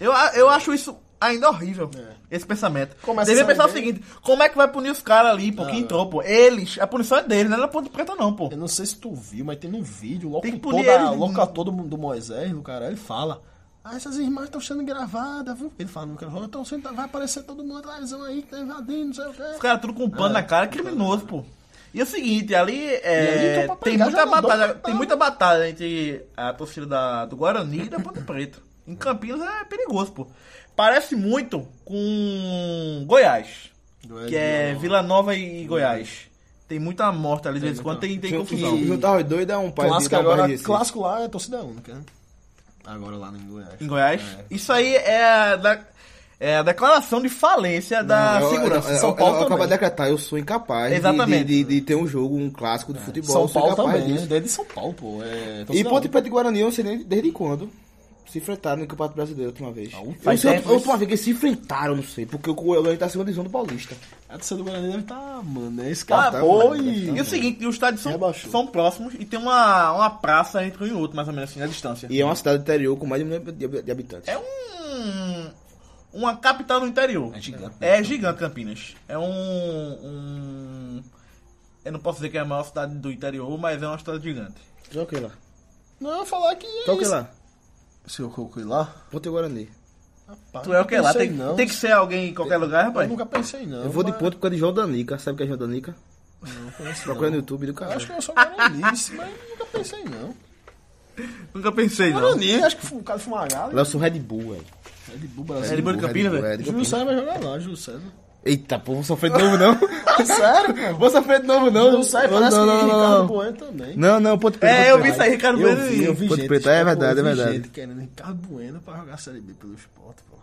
S2: Eu, a- eu acho isso ainda horrível,
S4: É.
S2: esse pensamento.
S4: Começa
S2: Devia
S4: a sair
S2: pensar o
S4: bem.
S2: seguinte: como é que vai punir os caras ali, pô,
S4: Não,
S2: que
S4: não.
S2: entrou, pô? Eles, a punição é deles, não é da ponte preta, não, pô.
S4: Eu não sei se tu viu, mas tem um vídeo, logo
S2: Tem né? que
S4: com
S2: punir
S4: toda a
S2: eles.
S4: locator do, do Moisés, do cara, ele fala. Ah, essas irmãs estão sendo gravadas, viu? Ele fala no microfone, estão sendo. Vai aparecer todo mundo atrás aí, que tá invadindo, não sei o
S2: Os
S4: quê.
S2: caras tudo com pano na cara, é criminoso, pô. E é o seguinte, ali,
S4: E
S2: é,
S4: ali, então, pra
S2: tem,
S4: pegar
S2: muita
S4: jogador,
S2: batalha,
S4: pra-
S2: tem muita batalha entre a torcida da- do Guarani e da Ponta Preta. Em Campinas é perigoso, pô. Parece muito com Goiás, que é Vila Nova e Goiás. Tem muita morte ali, de vez em quando tem, tem confusão.
S3: E Juntar os dois dá um pai
S4: Clássico,
S3: dá um pai
S4: agora,
S2: assim.
S3: desse.
S4: clássico lá é torcida única, né? Agora lá em Goiás.
S2: Em Goiás, isso aí é a, da- é a declaração de falência da
S3: É, Eu- eu-
S2: segurança.
S3: eu-
S2: São
S3: eu-
S2: Paulo
S3: eu acabo de
S2: também.
S3: decretar, eu sou incapaz de-
S2: Exatamente.
S3: De, de- de ter um jogo, um clássico de futebol. eu
S4: São
S3: sou
S4: Paulo
S3: incapaz
S4: também, né?
S3: disso.
S4: Desde São Paulo, pô. É,
S3: E
S4: torcida
S3: Ponte
S4: única.
S3: Preta e Guarani, eu não sei nem desde quando se enfrentaram no Campeonato Brasileiro a última vez. Eu não
S2: faz
S3: sei,
S2: tempo
S3: a última
S2: isso.
S3: vez que eles se enfrentaram, não sei, porque o Guarani tá acima de zona do Paulista.
S4: A torcida do Guarani deve tá, mano, é
S2: Ah,
S4: escapou
S2: pô,
S4: e...
S2: E o seguinte, os estádios são,
S4: Rebaixou.
S2: são próximos e tem uma, uma praça entre um e outro, mais ou menos assim, na distância.
S3: E é uma cidade do interior com mais de um milhão de de habitantes.
S2: É um. Uma capital no interior. É
S4: gigante,
S2: É gigante Campinas. É um. um- eu não posso dizer que é a maior cidade do interior, mas é uma cidade gigante.
S3: Joga o que lá?
S4: Não, eu ia falar que é
S3: Joga o que
S4: isso.
S3: lá?
S4: Se eu coloquei é lá...
S3: Ponte e Guarani.
S4: pá,
S2: Tu é o que
S4: Ah, não
S2: lá?
S4: sei
S2: Tem,
S4: não.
S2: tem que ser alguém em qualquer lugar,
S4: Eu
S2: rapaz?
S4: nunca pensei, não.
S3: Eu vou de
S4: mas
S3: ponto por causa de João Danica. Sabe o que é João Danica?
S4: É Não conheço,
S3: Procura no
S4: não.
S3: YouTube do
S4: Eu
S3: cara.
S4: Acho que é eu sou guaraniense, mas nunca pensei, não.
S2: Nunca pensei, não.
S4: Guarani, acho que fu- o cara fuma uma gala.
S3: Lança um Red Bull, velho.
S4: É de Bull
S2: É de
S4: Brasil.
S2: Bull Campinas,
S3: Red Bull,
S2: velho?
S3: é de
S4: Júlio
S3: Campinas.
S4: César vai jogar lá, Júlio César.
S3: Eita, pô, vou sofrer de novo, não.
S4: Sério, pô?
S3: Vou sofrer de novo, não.
S4: Júlio César parece
S3: não,
S4: que
S3: não,
S4: Ricardo
S3: não, não.
S4: Bueno também.
S3: Não, não, ponto preto.
S2: É,
S3: Ponte
S2: eu vi
S3: Preta.
S2: isso aí, Ricardo
S4: Eu
S2: Bueno.
S4: vi, eu
S2: e-
S4: vi
S3: Ponte
S4: gente,
S3: Preta, é verdade,
S4: eu vi
S3: é verdade.
S4: gente querendo Ricardo Bueno pra jogar a Série B pelo esporte, pô.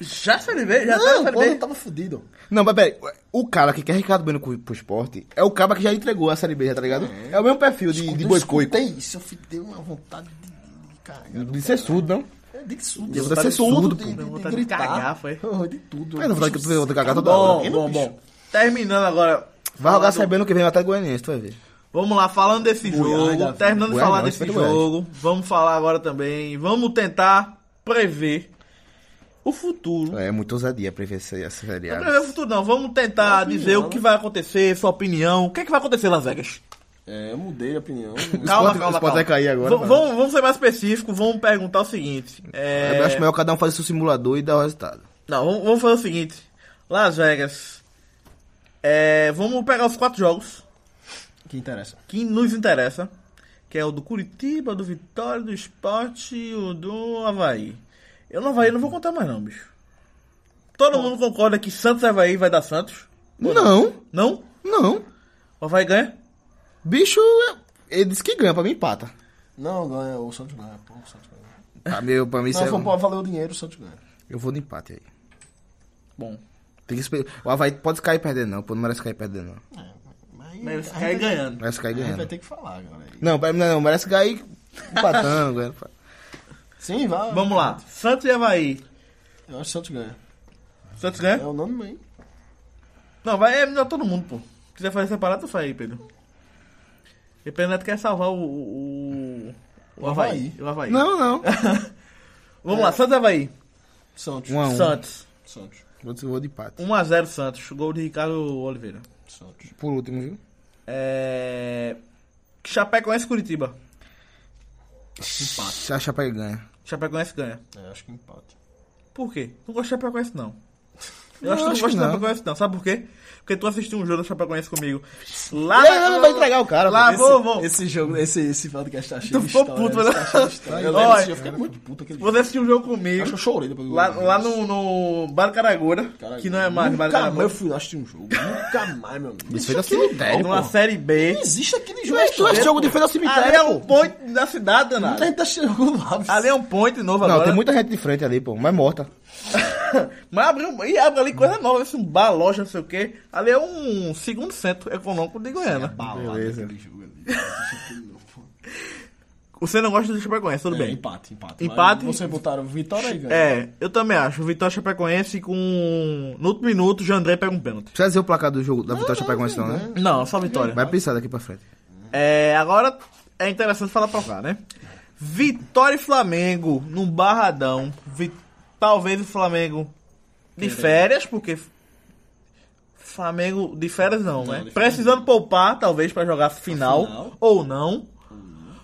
S2: Já Série B? Já tá na
S4: Não,
S2: Série
S4: pô,
S2: B?
S4: eu tava fudido.
S3: Não, mas peraí. O cara que quer Ricardo Bueno pro, pro esporte é o cara que já entregou a Série B, já, tá ligado? É, o mesmo perfil de, de boicoico.
S4: Tem isso, eu fiquei- dei uma vontade de, de, de cagar.
S3: De ser surdo, não?
S4: É, de surdo.
S3: Deu
S4: de
S3: vontade de ser surdo, pô.
S4: de, de,
S2: Deu
S4: de,
S2: vontade de
S4: gritar.
S2: cagar, foi?
S4: De tudo.
S3: Eu não vou dar que eu vou dar cagar toda hora.
S2: Tá Bom, bom, bom. Terminando agora.
S3: tá Vai jogar a
S2: falando-
S3: Série B no que vem até Goianiense, tu vai ver.
S2: Vamos lá, falando desse
S4: Goiás,
S2: jogo,
S4: Davi.
S2: terminando de
S3: Goiás
S2: falar
S3: não,
S2: desse
S3: respeita o Goiás.
S2: jogo, vamos falar agora também, vamos tentar prever o futuro.
S3: É, muito ousadia pra ver essa, essa Série
S2: Não
S3: A.
S2: prever o futuro não, vamos tentar
S4: Opinião,
S2: dizer o
S4: né?
S2: que vai acontecer, sua opinião, o que, é que vai acontecer em Las Vegas.
S4: É, eu mudei a opinião.
S2: Calma,
S3: Sport-
S2: calma,
S3: Sport vai
S2: calma.
S3: cair agora,
S2: Vamos-
S3: mano.
S2: vamos, vamos ser mais específicos, vamos perguntar o seguinte. é,
S3: Eu acho melhor cada um fazer seu simulador e dar o resultado.
S2: Não, vamos, vamos fazer o seguinte, Las Vegas, é, vamos pegar os quatro jogos
S4: que interessa.
S2: que nos interessa, que é o do Curitiba, do Vitória, do Esporte e o do Havaí. Eu no Havaí eu não vou contar mais não, bicho. Todo mundo concorda que Santos e Havaí vai dar Santos?
S3: Não,
S2: Não?
S3: não.
S2: O Havaí ganha?
S3: Bicho, ele disse que ganha, pra mim empata.
S4: Não, ganha. O Santos ganha. Pô, o Santos ganha.
S3: Pra mim, pra mim isso
S4: Não,
S3: é
S4: foi,
S3: um-
S4: pô, valeu o dinheiro, o Santos ganha.
S3: Eu vou no empate aí.
S2: Bom.
S3: Tem que esper- O Havaí pode cair perdendo, não. Pô, não merece cair perdendo, não.
S4: É, mas...
S2: Mas
S4: a gente vai-
S2: ganhando.
S3: Merece cair
S4: A gente vai
S3: ganhando.
S4: ter que falar, galera.
S3: Não, pera- não, não, merece cair empatando. ganhando.
S4: Sim, vai.
S2: Vamos lá. Santos e Havaí.
S4: Eu acho que o Santos ganha.
S2: Santos
S4: É
S2: ganha?
S4: o nome, hein?
S2: Não, vai é melhor todo mundo, pô. Se quiser fazer separado, tu faz aí, Pedro. E Pedro Neto quer salvar o. O, o, o Havaí. O Havaí.
S3: Não, não.
S2: Vamos lá, Santos e Havaí.
S4: Santos.
S3: Um a um.
S2: Santos.
S4: Santos.
S3: Vou vou de empate.
S2: 1x0 Santos. Gol de Ricardo Oliveira.
S4: Santos.
S3: Por último, viu?
S2: É. Chapecoense e Curitiba.
S3: Se a Chapecoense ganha.
S2: Chapecoense ganha.
S4: É, acho que empate.
S2: Por quê? Não gosto de Chapecoense, não. Eu acho que tu não
S3: acho
S2: gosta
S3: que
S2: da
S3: não.
S2: Chapecoense, não. Sabe por quê? Porque tu assistiu um jogo da Chapecoense comigo.
S3: Ah,
S2: Lá
S3: não, não, não, vai entregar o cara.
S2: Lá
S3: pô.
S2: vou, vou.
S4: Esse jogo, esse, esse podcast tá cheio
S2: Tu
S4: de
S2: ficou
S4: história,
S2: puto, né?
S4: tá cheio de história. Eu
S2: Olha,
S4: lembro desse dia, eu fiquei muito puto aquele dia.
S2: Você assistiu um jogo
S4: Eu acho
S2: comigo.
S4: que eu chorei depois do
S2: Lá,
S4: gol.
S2: lá no, no Bar Caragora,
S4: Caralho,
S2: que não é mais Bar
S4: Nunca mais eu
S2: Caragora.
S4: fui lá assistir um jogo. Nunca mais, meu amigo.
S3: Isso foi da cemitério,
S2: Numa
S3: pô.
S2: série B.
S4: Não existe aquele jogo.
S3: Mas tu
S4: história,
S3: acha jogo
S4: pô.
S3: de frente ao
S2: Ali é um
S3: cemitério, pô.
S2: point da cidade, danado.
S4: Muita gente tá assistindo jogo lá. bicho.
S2: Ali é um point novo
S3: Não,
S2: agora.
S3: tem muita gente de frente ali, pô. Mas morta.
S2: Mas abriu, e abre ali coisa nova, esse bar, loja, não sei o quê. Ali é um segundo centro econômico de
S3: É
S2: Goiânia.
S4: balada
S3: Beleza.
S4: aquele jogo ali. Não existe aquilo não, pô.
S2: Você não gosta do Chapecoense, tudo
S4: É,
S2: bem.
S4: empate, empate. Mas
S2: Empate.
S4: Vocês botaram vitória e ganho.
S2: É, eu também acho. O Vitória Chapecoense com... No último minuto, o Jandré pega um pênalti.
S3: Precisa dizer o placar do jogo da Vitória Chapecoense, não, né?
S2: Não, só Vitória.
S3: Vai pensar daqui pra frente.
S2: É, agora é interessante falar pra cá, né? Vitória e Flamengo num barradão. Vi- Talvez o Flamengo de férias, porque. Flamengo de férias não, né?
S4: de férias
S2: Precisando poupar, talvez, pra jogar final,
S4: Final.
S2: ou não.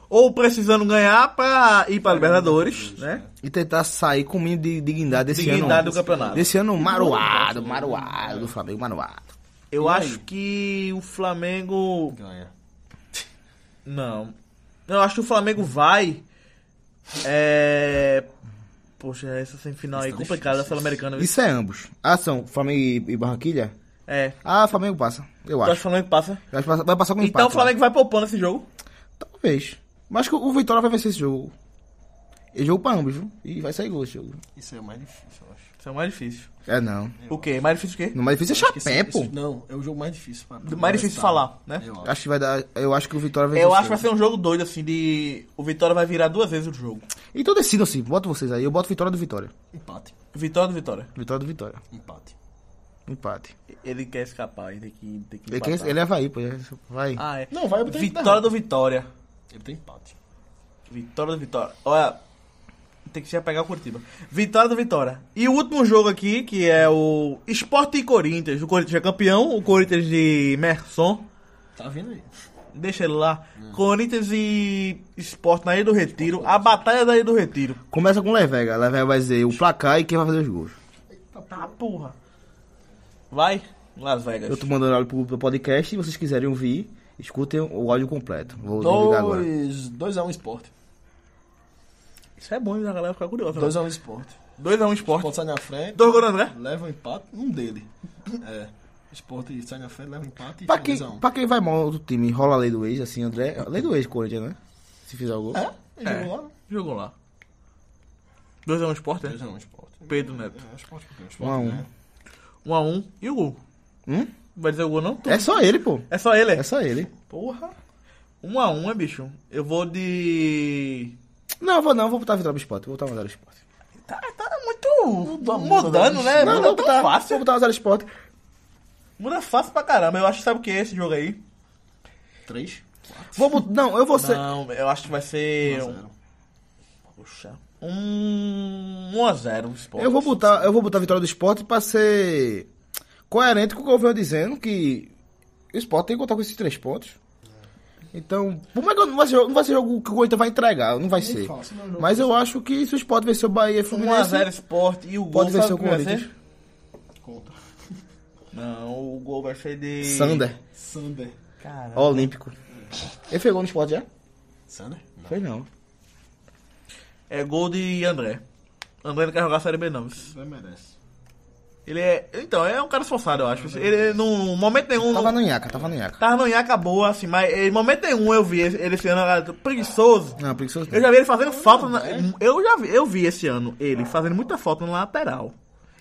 S2: Ou precisando ganhar pra ir pra Libertadores, né?
S3: E tentar sair com o mínimo de dignidade desse
S2: Dignidade
S3: ano.
S2: do campeonato.
S3: Desse ano maruado, maruado, do Flamengo, maruado.
S2: Eu
S4: E aí?
S2: acho que o Flamengo.
S4: Ganha.
S2: Não. Eu acho que o Flamengo vai. É. Poxa, essa semifinal aí
S4: tá
S2: complicada,
S4: difícil.
S2: Sul-Americana.
S3: Isso é ambos. Ah, são Flamengo e e Barranquilha?
S2: É.
S3: Ah, Flamengo passa, eu
S2: Tu acha que o
S3: acho.
S2: Flamengo passa?
S3: Eu acho que passa- Vai passar com empate.
S2: então o
S3: eu
S2: Flamengo vai poupando esse jogo.
S3: acho. Talvez. Mas acho que o Vitória vai vencer esse jogo. É jogo pra ambos, viu? E vai sair gol esse jogo.
S4: Isso é o mais difícil, eu acho.
S2: Isso é o mais difícil.
S3: É, não.
S2: O quê? Mais difícil o quê?
S3: Não, mas difícil é
S4: Acho que esse-
S3: chapé, pô.
S4: esse- Não, é o jogo mais difícil. Pra, pra
S2: Mais difícil
S4: resultado.
S2: falar, né?
S4: Eu acho.
S3: Acho que vai dar. Eu acho que o Vitória vai vencer.
S2: Eu acho que vai
S3: esse
S2: ser um jogo doido, assim, de. O Vitória vai virar duas vezes o jogo.
S3: jogo. Então decidam-se, bota vocês aí. Eu boto Vitória do Vitória.
S4: Empate.
S2: Vitória do Vitória.
S3: Vitória do Vitória.
S4: Empate.
S3: Empate.
S2: Ele quer escapar, ele tem que. Tem que
S3: Ele, quer,
S2: empatar.
S3: ele é Havaí, pô. ele Vai.
S2: Ah, é.
S4: Não, vai botar ele
S2: Vitória
S4: derrota.
S2: do Vitória.
S4: Ele tem empate.
S2: Vitória do Vitória. Olha, tem que já pegar o Curitiba. Vitória do Vitória. E o último jogo aqui, que é o Sport e Corinthians. O Corinthians é campeão, o Corinthians de Merson.
S4: Tá vindo aí.
S2: Deixa ele lá.
S3: É.
S2: Corinthians e Sport na Ilha do Retiro. A batalha da Ilha do Retiro.
S3: Começa com o Levega. Levega vai dizer o placar e quem vai fazer os gols.
S2: Tá, porra. Vai, Las Vegas.
S3: Eu tô mandando áudio pro, pro podcast. Se vocês quiserem ouvir, escutem o áudio completo. Vou desligar agora.
S4: 2x1 esporte.
S2: Isso é bom, né? a galera ficar curiosa. 2x1
S4: 2x1 esporte.
S2: um Sport.
S4: Sport sai na frente.
S2: Dois gols do André?
S4: Leva o empate, um dele. É. Sport sai na frente, leva o empate e
S3: Pra
S4: faz
S3: quem,
S4: 2x1.
S3: pra quem vai mal do time, rola a lei do ex, assim, André. Lei do ex, Corinthians, né? Se fizer o gol.
S4: É? Ele
S2: É.
S4: jogou lá?
S2: Jogou lá. 2x1 um Sport, né?
S4: 2x1 Sport.
S2: Pedro Neto.
S4: É, Sport
S3: Um
S4: campeão.
S3: a
S4: Sport
S3: um.
S4: ganha.
S2: 1x1. Um E o gol?
S3: Hum?
S2: Vai dizer o gol, não?
S3: É só ele, pô.
S2: É só ele,
S3: É só ele.
S2: Porra. Um a um, é, bicho? Eu vou de...
S3: Não, vou não, vou botar a vitória pro esporte. Vou botar uma zero esporte.
S2: Tá, tá muito mudando, né?
S3: não, tá
S2: Muda
S3: vou
S2: tão
S3: botar,
S2: fácil.
S3: vou botar uma zero esporte.
S2: Muda fácil pra caramba. Eu acho que sabe o que é esse jogo aí?
S4: 3
S3: Vou bot- Não, eu vou ser.
S2: Não, eu acho que vai
S3: Um
S2: ser... um-
S4: 0
S2: Puxa. Um 1x0 esporte.
S3: Eu vou botar, eu vou botar a vitória do esporte pra ser coerente com o que eu venho dizendo, que o esporte tem que contar com esses três pontos. Então, como é que eu- não vai ser, jogo- não vai ser jogo que o Corinthians vai entregar, não vai ser.
S4: fácil, não é um jogo
S3: Mas eu acho que se o esporte vencer o Bahia e Fluminense,
S2: 1x0 esporte e o gol
S3: pode vencer
S2: sabe é
S3: o
S2: o que vai
S3: Corinthians.
S2: ser?
S4: Conta.
S2: Não, o gol vai ser de...
S3: Sander,
S4: Sander.
S2: Caramba.
S3: Olímpico. Ele fez gol no esporte já?
S4: Sander? Não.
S3: Fez não.
S2: É gol de André. André não quer jogar Série B, não.
S4: Você merece.
S2: Ele é... Então, é um cara esforçado, eu acho. Ele, num momento nenhum...
S3: Tava no Inhaca, tava no Inhaca.
S2: Tava no Inhaca boa, assim, mas em momento nenhum eu vi esse- ele sendo ah, preguiçoso.
S3: Não, preguiçoso.
S2: Eu já vi ele fazendo falta. na- eu já vi, eu vi esse ano ele fazendo muita falta na lateral.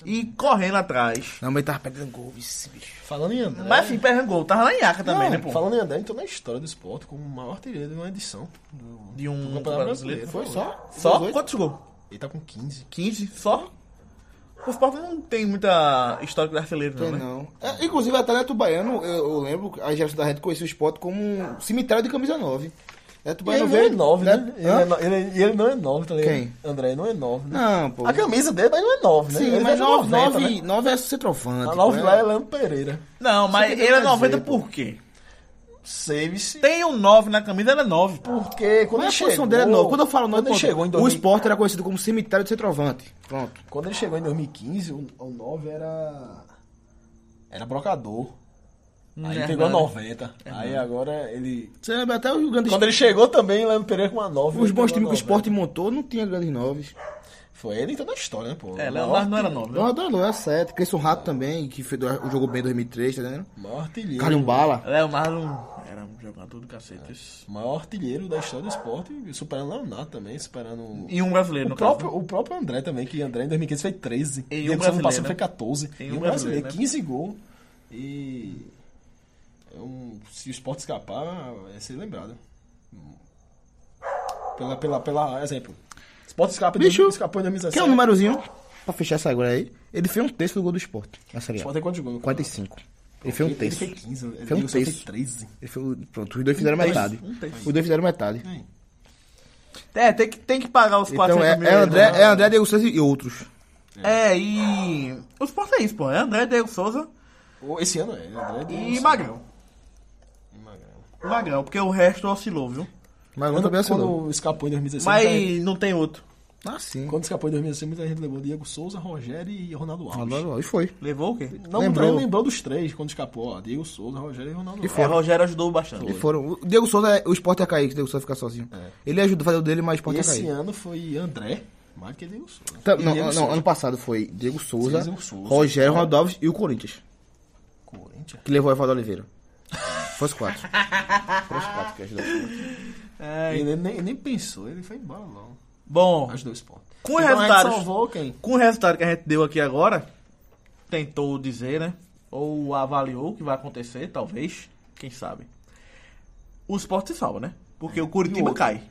S2: E correndo atrás.
S3: Não, mas ele tava perdendo gol, vice, bicho.
S4: Falando em André.
S2: Mas assim, perdendo gol, tava na Inhaca também, né,
S4: Não,
S2: pô?
S4: falando em André, então na história do esporte, como o maior artilheiro de uma edição do,
S2: De um
S4: do Campeonato Brasileiro.
S2: Foi
S4: Foi
S2: só? Só?
S3: 18?
S2: Quantos gols?
S4: Ele tá com 15.
S2: 15? Só? O Sport não tem muita história de artilheiro, não,
S3: Tem
S2: né?
S3: não. É, inclusive, até Neto Baiano, eu, eu lembro, a geração da Rede conhecia o esporte como um cemitério de camisa 9. Neto
S4: Ele
S3: Baiano
S4: não é
S3: veio.
S4: 9, né? Ele,
S3: Hã?
S4: é no- ele- ele não é 9, tá ligado?
S3: Quem?
S4: André não é 9, né?
S3: Não, pô.
S4: A camisa dele mas não é 9, né?
S3: Sim,
S4: ele
S3: mas
S4: já
S3: 9,
S4: 90,
S3: 9,
S4: né?
S3: 9 é centroavante.
S4: A
S3: pô,
S4: 9
S3: é.
S4: lá é Léo Pereira.
S2: Não, mas ele é
S3: quer dizer,
S2: 90
S3: pô.
S2: por quê?
S4: saves.
S2: Tem um 9 na camisa, era 9.
S4: Porque
S3: Qual
S4: quando
S3: é a
S4: ele
S3: posição
S4: chegou,
S3: dele é nove? Quando eu falo nove,
S4: quando ele
S3: pronto,
S4: chegou em
S3: o
S4: 2015,
S3: esporte era conhecido como cemitério de centroavante. Pronto.
S4: quando ele chegou em 2015, o, o 9 era era brocador. Aí
S3: É
S4: pegou
S3: nada.
S4: 90. aí agora ele
S3: Você lembra até os grandes...
S4: quando ele chegou também, Léo Pereira com uma 9.
S3: Os
S4: ele
S3: bons
S4: pegou
S3: times que o
S4: 90.
S3: esporte montou não tinha grandes noves.
S4: Foi ele em toda a história, né, pô?
S2: É,
S4: O
S2: Leonardo não
S4: maior
S2: era 9. né?
S3: Leonardo Leonardo era 7. Cleison Rato também, que fez, jogou bem em 2003, tá entendendo?
S4: artilheiro- Maior artilheiro.
S3: Calhumbala.
S2: Leonardo era um jogador do cacete. isso.
S4: Maior artilheiro da história do esporte, superando o Leonardo também, superando o-
S2: E um brasileiro,
S4: O
S2: no
S4: próprio,
S2: caso.
S4: o próprio André também, que André em 2015 foi 13.
S2: E
S4: E
S2: um
S4: o ano
S2: brasileiro,
S4: passado
S2: né?
S4: foi 14.
S2: E
S4: E
S2: um
S4: um brasileiro,
S2: brasileiro, né?
S4: 15 gols. E. é um- se o esporte escapar, é ser lembrado. Pela, pela, pela exemplo. O esporte escapa em
S3: Bicho,
S4: 2000 escapou em 2017.
S3: Que é um númerozinho, pra fechar essa agora aí, ele fez um terço do gol do esporte. Na
S4: O
S3: Série A.
S4: esporte tem quantos gols? no campeonato?
S3: 45. Ele fez um
S4: Ele-
S3: terço.
S4: Ele fez 15. Ele
S3: Foi um
S4: ele só fez
S3: terço.
S4: 13.
S3: Ele fez o- Pronto, os dois fizeram metade.
S2: um terço.
S3: Os dois fizeram metade.
S4: Hum.
S2: É, tem que, tem que pagar os
S3: Então
S2: 400
S3: é,
S2: mil.
S3: é,
S2: aí,
S3: André,
S2: né?
S3: é André Diego Souza e outros.
S2: É, e. Os portos é isso, pô. É André, Diego Souza
S4: Ou Esse ano é. André
S2: e
S4: Deus,
S2: Magrão.
S4: e Magrão.
S2: O Magrão, porque o resto oscilou, viu?
S3: Mas agora
S4: Quando,
S3: também assinou.
S4: quando escapou em 2016. muita
S2: Mas não tem outro.
S3: Ah, sim.
S4: Quando escapou em 2016, muita gente lembrou Diego Souza, Rogério e Ronaldo Alves.
S3: Agora, Ah, ó, E foi.
S2: Levou o quê?
S4: Não,
S3: Lembrou.
S4: lembrou. lembrou dos três quando escapou, ó. Diego Souza, Rogério e Ronaldo.
S3: E
S4: Alves.
S3: foi.
S2: É, o Rogério ajudou bastante.
S3: E foram. O Diego Souza, é- o esporte ia cair, que o Diego Souza ficar sozinho. Ele ajuda a fazer o dele, mas o
S4: E
S3: esporte ia
S4: É. esse
S3: cair.
S4: ano foi André, mais que Diego Souza. né?
S3: Tá,
S4: E
S3: não,
S4: Diego
S3: não,
S4: Souza.
S3: ano passado foi Diego Souza,
S4: Diego Souza.
S3: Rogério Ronaldo Alves e o Corinthians,
S4: Corinthians.
S3: que levou o Evaldo Oliveira. Foi os quatro. Foi os quatro que ajudou.
S2: É,
S4: Ele nem, nem pensou, ele foi embora logo.
S2: bom,
S4: Ajudou esse ponto.
S2: Com
S4: a gente
S2: resultados.
S4: salvou quem?
S2: com o resultado que a gente deu aqui agora, tentou dizer, né? Ou avaliou o que vai acontecer, talvez. Quem sabe? O Sport se salva, né? Porque o
S4: E o
S2: Curitiba
S4: outro?
S2: cai.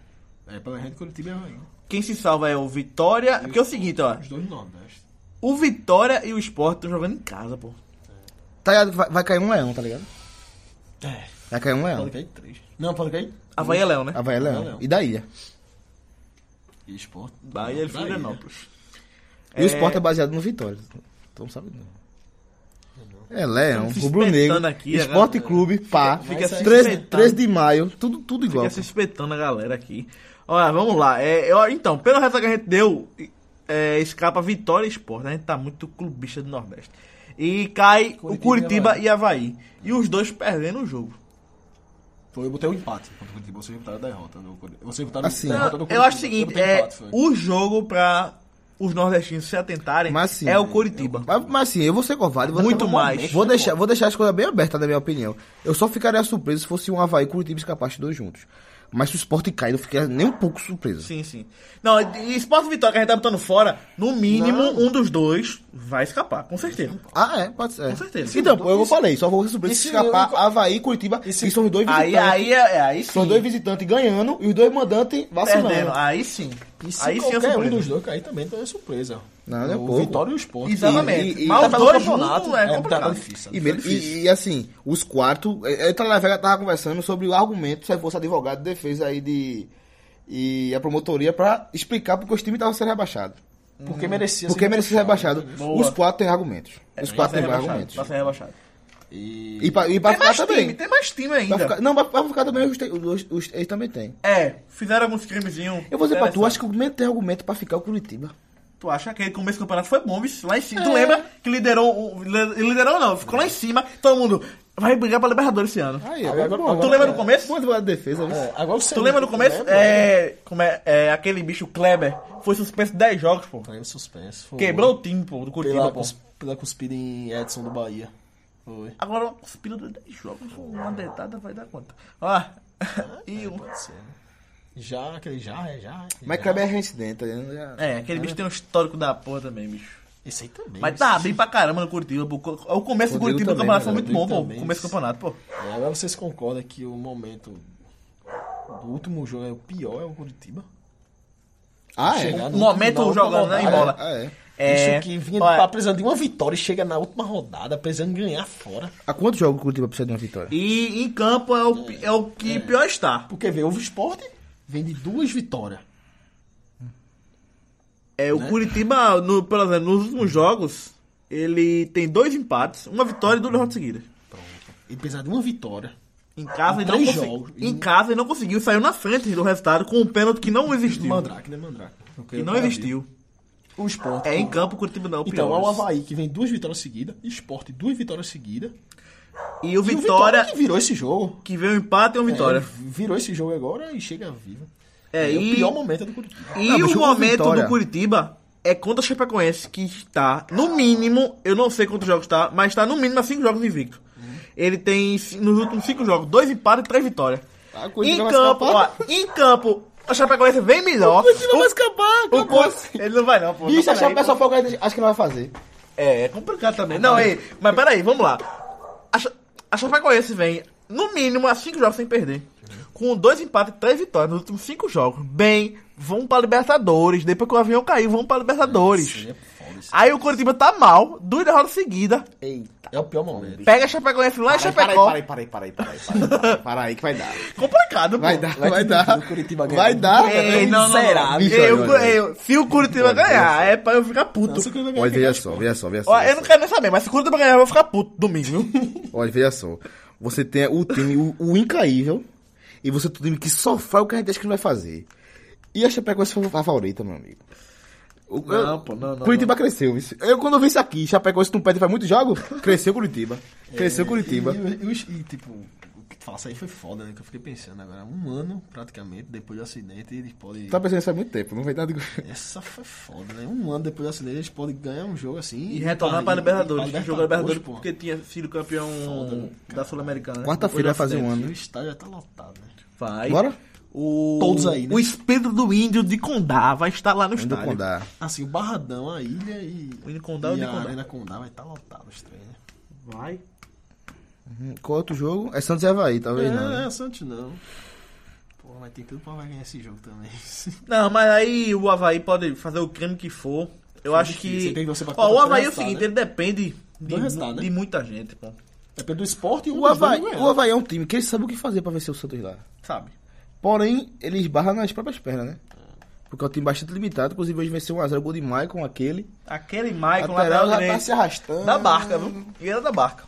S4: É, pela gente Curitiba é ruim.
S2: Quem se salva é o Vitória. Porque é o seguinte, ó.
S4: Os dois do Nordeste.
S2: O Vitória e o Sport estão jogando em casa, pô.
S3: Tá, ligado? vai, vai cair um leão, tá ligado?
S4: É,
S3: Vai cair um leão.
S4: pode cair três. Não, pode cair.
S2: Havaí é Léo, né?
S3: Havaí é
S4: Havaí é
S3: leão.
S4: leão.
S3: E da ilha.
S4: E esporte.
S2: Bahia e Florianópolis.
S3: E o esporte é baseado no Vitória. Então sabe não. É, Leão,
S2: Estamos se
S3: Rubro Negro,
S2: espetando aqui,
S3: Esporte
S2: agora.
S3: Clube, pá,
S2: Fica se
S3: 3,
S2: espetando.
S3: de maio, tudo, tudo igual.
S2: Fica se espetando a galera aqui. Olha, vamos lá. É, eu- então, pelo resultado que a gente deu, é, escapa Vitória e Sport. né? A gente tá muito clubista do Nordeste. E cai o
S4: Curitiba e
S2: Curitiba e Havaí. E os dois perdendo o jogo.
S4: Foi, eu botei um empate contra o Curitiba. Vocês botaram a derrota do Curitiba. Vocês botaram
S3: Assim,
S4: a derrota do
S2: Eu, eu acho o seguinte,
S4: botei
S2: é,
S4: empate, né? foi.
S2: o jogo pra os nordestinos se atentarem
S3: Mas, sim,
S2: é o
S3: é,
S2: Curitiba.
S3: Mas, mas assim, eu vou ser covarde. Vou
S2: Muito
S3: vou-
S2: mais.
S3: Vou deixar, vou deixar as coisas bem abertas, na minha opinião. Eu só ficaria surpreso se fosse um Havaí e Curitiba escapar os dois juntos. Mas se o Sport cair, eu ficaria nem um pouco surpreso.
S2: Sim, sim. Não, e Sport e Vitória que a gente tá botando fora, no mínimo
S3: Não.
S2: um dos dois vai escapar, com certeza.
S3: Ah, é? Pode ser.
S2: Com certeza.
S3: Então,
S2: Isso-
S3: eu falei, só vou ser surpreso se
S4: isso-
S3: escapar
S4: eu-
S3: Havaí e Curitiba, que são os dois
S2: Aí,
S3: visitantes.
S2: aí, é- é, aí sim.
S3: São os dois visitantes ganhando e os dois mandantes vacilando.
S2: Perdendo. Ah, Aí sim.
S4: E se
S2: aí sim é eu
S4: qualquer um
S2: surpreendo.
S4: dos dois cair também, então é surpresa.
S3: Não, não é
S4: o
S3: pouco.
S4: Vitória e o Sport.
S2: Exatamente.
S3: E- e-
S2: Mas
S3: tá
S2: os
S3: no
S2: dois
S4: campeonato,
S2: juntos é
S4: é, tá
S2: complicado.
S4: difícil.
S3: E, mesmo- e- e, assim, os quatro. Eu e na Vega tava conversando sobre o argumento, se fosse advogado de defesa aí de. E a promotoria pra explicar porque os times estavam sendo rebaixados.
S4: Porque merecia
S3: Porque merece ser rebaixado.
S2: Boa.
S3: Os quatro têm argumentos. Os quatro
S2: Pra ser
S3: têm
S2: rebaixado,
S3: argumentos.
S2: Pra ser rebaixado.
S4: E...
S3: E pra, e pra
S2: Tem
S3: ficar
S2: mais
S3: também.
S2: time, tem mais time ainda.
S3: Pra ficar- não, pra, pra ficar também, os, te- os, os- eles também têm.
S2: É, fizeram alguns crimezinhos.
S3: Eu vou dizer pra tu, acho
S2: interessantes.
S3: que o menos tem argumento pra ficar o Curitiba.
S2: Tu acha que aquele começo do campeonato foi bom, bicho? Lá em cima. Tu
S3: É.
S2: lembra que liderou. o- li- Liderou não, ficou lá em cima. Todo mundo vai brigar pra Libertadores esse ano.
S3: Aí, é
S4: agora-
S3: agora,
S4: agora-
S2: tu lembra do começo?
S3: Bom advogado de defesa, viu?
S4: É, agora você
S2: Tu lembra do começo? É, como é, é, Aquele bicho Kleber foi suspenso 10 jogos, pô.
S4: Foi um suspenso. Foi
S2: Quebrou o time, pô, do Curitiba,
S4: pela,
S2: pô.
S4: cus- pela cuspida em Edson do Bahia. Foi.
S2: Agora uma cuspida de 10 jogos, pô, uma dentada vai dar conta. Ó, e um.
S4: Pode ser, né? Já, aquele já, é já. é
S3: Mas
S4: já.
S3: Kleber é reincidente. né? Já-
S2: É, aquele bicho tem um histórico da porra também, bicho.
S4: Esse aí também.
S2: Mas tá bem pra caramba no Curitiba. pô. O começo do
S3: Rodrigo
S2: Curitiba do
S3: também,
S2: campeonato
S3: né?
S2: foi muito bom,
S4: Rodrigo
S2: pô.
S4: também.
S2: O começo do campeonato, pô.
S4: É, agora vocês concordam que o momento do último jogo é o pior, é o Curitiba?
S3: Ah, é.
S4: Chegar
S2: O
S4: no
S2: momento
S4: final da
S2: jogando, né, em
S4: rodada.
S2: bola.
S3: Ah, é.
S2: É,
S4: Isso que vinha
S2: olha,
S4: tá precisando de uma vitória e chega na última rodada, precisando ganhar fora.
S3: Há quantos jogos o Curitiba precisa de uma vitória?
S2: E em campo é o, é o que pior está.
S4: Porque vê, houve esporte, vem de duas vitórias.
S2: É,
S4: Né?
S2: o Curitiba, no, pelo exemplo, nos últimos jogos, ele tem dois empates, uma vitória e duas derrotas seguidas.
S4: Pronto. E apesar de uma vitória,
S2: Em casa, e não
S4: Três
S2: consegui-
S4: jogos. né?
S2: em casa e não conseguiu. Saiu na frente do resultado com um pênalti que não existiu.
S4: Mandrake, né? Mandrake.
S2: Que não existiu.
S4: O esporte.
S2: É em campo, Curitiba não.
S4: Então, é o
S2: piores.
S4: Havaí que vem duas vitórias seguidas, esporte duas vitórias seguidas.
S2: E o
S4: E o
S2: Vitória,
S4: que virou esse jogo.
S2: que veio um empate e um
S4: É,
S2: vitória.
S4: virou esse jogo agora e chega viva.
S2: É,
S4: o
S2: e-
S4: pior momento é do Curitiba.
S2: E
S3: Não, mas
S2: o
S3: o
S2: momento
S3: Vitória-
S2: do Curitiba é contra a Chapecoense, que está, no mínimo, eu não sei quantos jogos está, mas está no mínimo a cinco jogos invicto. Ele tem, ci- nos últimos cinco jogos, dois empates e três vitórias.
S3: Ah, o Curitiba
S2: Em
S3: vai
S2: campo, ó,
S3: escapar.
S2: em campo, a Chapecoense vem melhor.
S3: Curitiba vai escapar,
S2: O Curitiba- Ele não vai não, pô.
S3: Bicho,
S2: Não,
S3: achar o
S2: peraí.
S3: pessoal focar, acho que não vai fazer.
S2: É, é complicado também. Não, ei, mas peraí, vamos lá. A, Cha- a Chapecoense vem, no mínimo, a cinco jogos sem perder. Com dois empates e três vitórias nos últimos cinco jogos. Bem, vão pra Libertadores. Depois que o avião caiu, vão pra Libertadores.
S4: Isso aí é foda, isso
S2: Aí o Curitiba tá mal, duas derrotas seguidas.
S3: Eita.
S4: aí. É o pior momento.
S2: Pega a Chapecoense lá e Chapecó.
S3: Para aí, para aí, para aí, para aí, para aí, para aí, Ah, para aí, que vai dar.
S2: Complicado, pô.
S3: Vai dar, vai,
S4: ter
S3: dar.
S4: tudo, o Curitiba ganha.
S3: vai dar.
S2: Ei, não, não, não.
S3: Será? Bicho,
S2: Ei,
S3: olha,
S2: o Cu-
S3: olha, olha.
S2: ei, o- se o Curitiba ganhar, é pra eu ficar puto.
S4: Nossa, o Curitiba
S3: Olha,
S4: ganha.
S3: veja só, veja só, veja só.
S2: Ó,
S3: veja
S2: eu não quero nem saber, mas se o Curitiba ganhar, eu vou ficar puto domingo, viu?
S3: só. Olha, veja só. Você tem o time, o, o incaível, e você tem o time que só faz o que a gente acha que não vai fazer. E a Chapecoense foi a favorita, meu amigo. O,
S2: Não, pô, não, não,
S3: Curitiba cresceu. isso. Eu, quando eu vi isso aqui, Chapecoense não perde faz muito jogo, cresceu Curitiba. Cresceu Curitiba.
S4: E, e, os- e, tipo, o que tu fala, isso aí foi foda, né? Que eu fiquei pensando agora. Um ano, praticamente, depois do acidente, eles podem...
S3: Tá pensando isso há muito tempo, não vem nada. de-
S4: Essa foi foda, né? Um ano depois do acidente, eles podem ganhar um jogo assim...
S2: E retornar para a Libertadores.
S4: e
S2: Que
S4: pra
S2: jogou a Libertadores
S4: pô.
S2: porque tinha sido campeão da Sul-Americana. né?
S3: Quarta-feira vai fazer um
S4: E
S3: ano.
S4: o estádio já tá lotado, né?
S2: Vai.
S3: Bora?
S2: O...
S4: Todos aí, né?
S2: O espelho do índio de Condá vai estar lá no
S3: Ainda
S2: estádio.
S3: condá.
S4: Assim, o Barradão, a ilha e...
S2: O Ilha Condá ou
S4: e
S2: o de
S4: a
S2: Condá?
S4: Arena Condá vai estar tá lotado, estranho, né?
S2: Vai.
S3: Hum, Qual outro jogo? É Santos e Havaí, talvez não.
S4: É,
S3: né?
S4: é, Santos não. Pô, mas tem tudo pra vai ganhar esse jogo também.
S2: Não, mas aí o Havaí pode fazer o crime que for. Eu
S4: É
S2: acho
S4: difícil, tem
S2: que...
S4: que você bater
S2: Ó, o
S4: dois
S2: Havaí é o
S4: resultados,
S2: seguinte,
S4: né?
S2: ele depende de,
S4: Dois resultados, né?
S2: de muita gente, pô.
S4: É pelo esporte e um
S3: O
S4: dos
S3: Havaí,
S4: dois
S3: o
S4: ganhar.
S3: Havaí é um time que ele sabe o que fazer pra vencer o Santos lá.
S2: Sabe?
S3: Porém, ele esbarra nas próprias pernas, né? Porque é um time bastante limitado. Inclusive, hoje venceu 1x0 o gol de Maicon, aquele.
S2: Aquele Maicon, lateral
S3: Lateral já tá se
S2: direito.
S3: arrastando.
S2: Da barca, viu? E era da barca.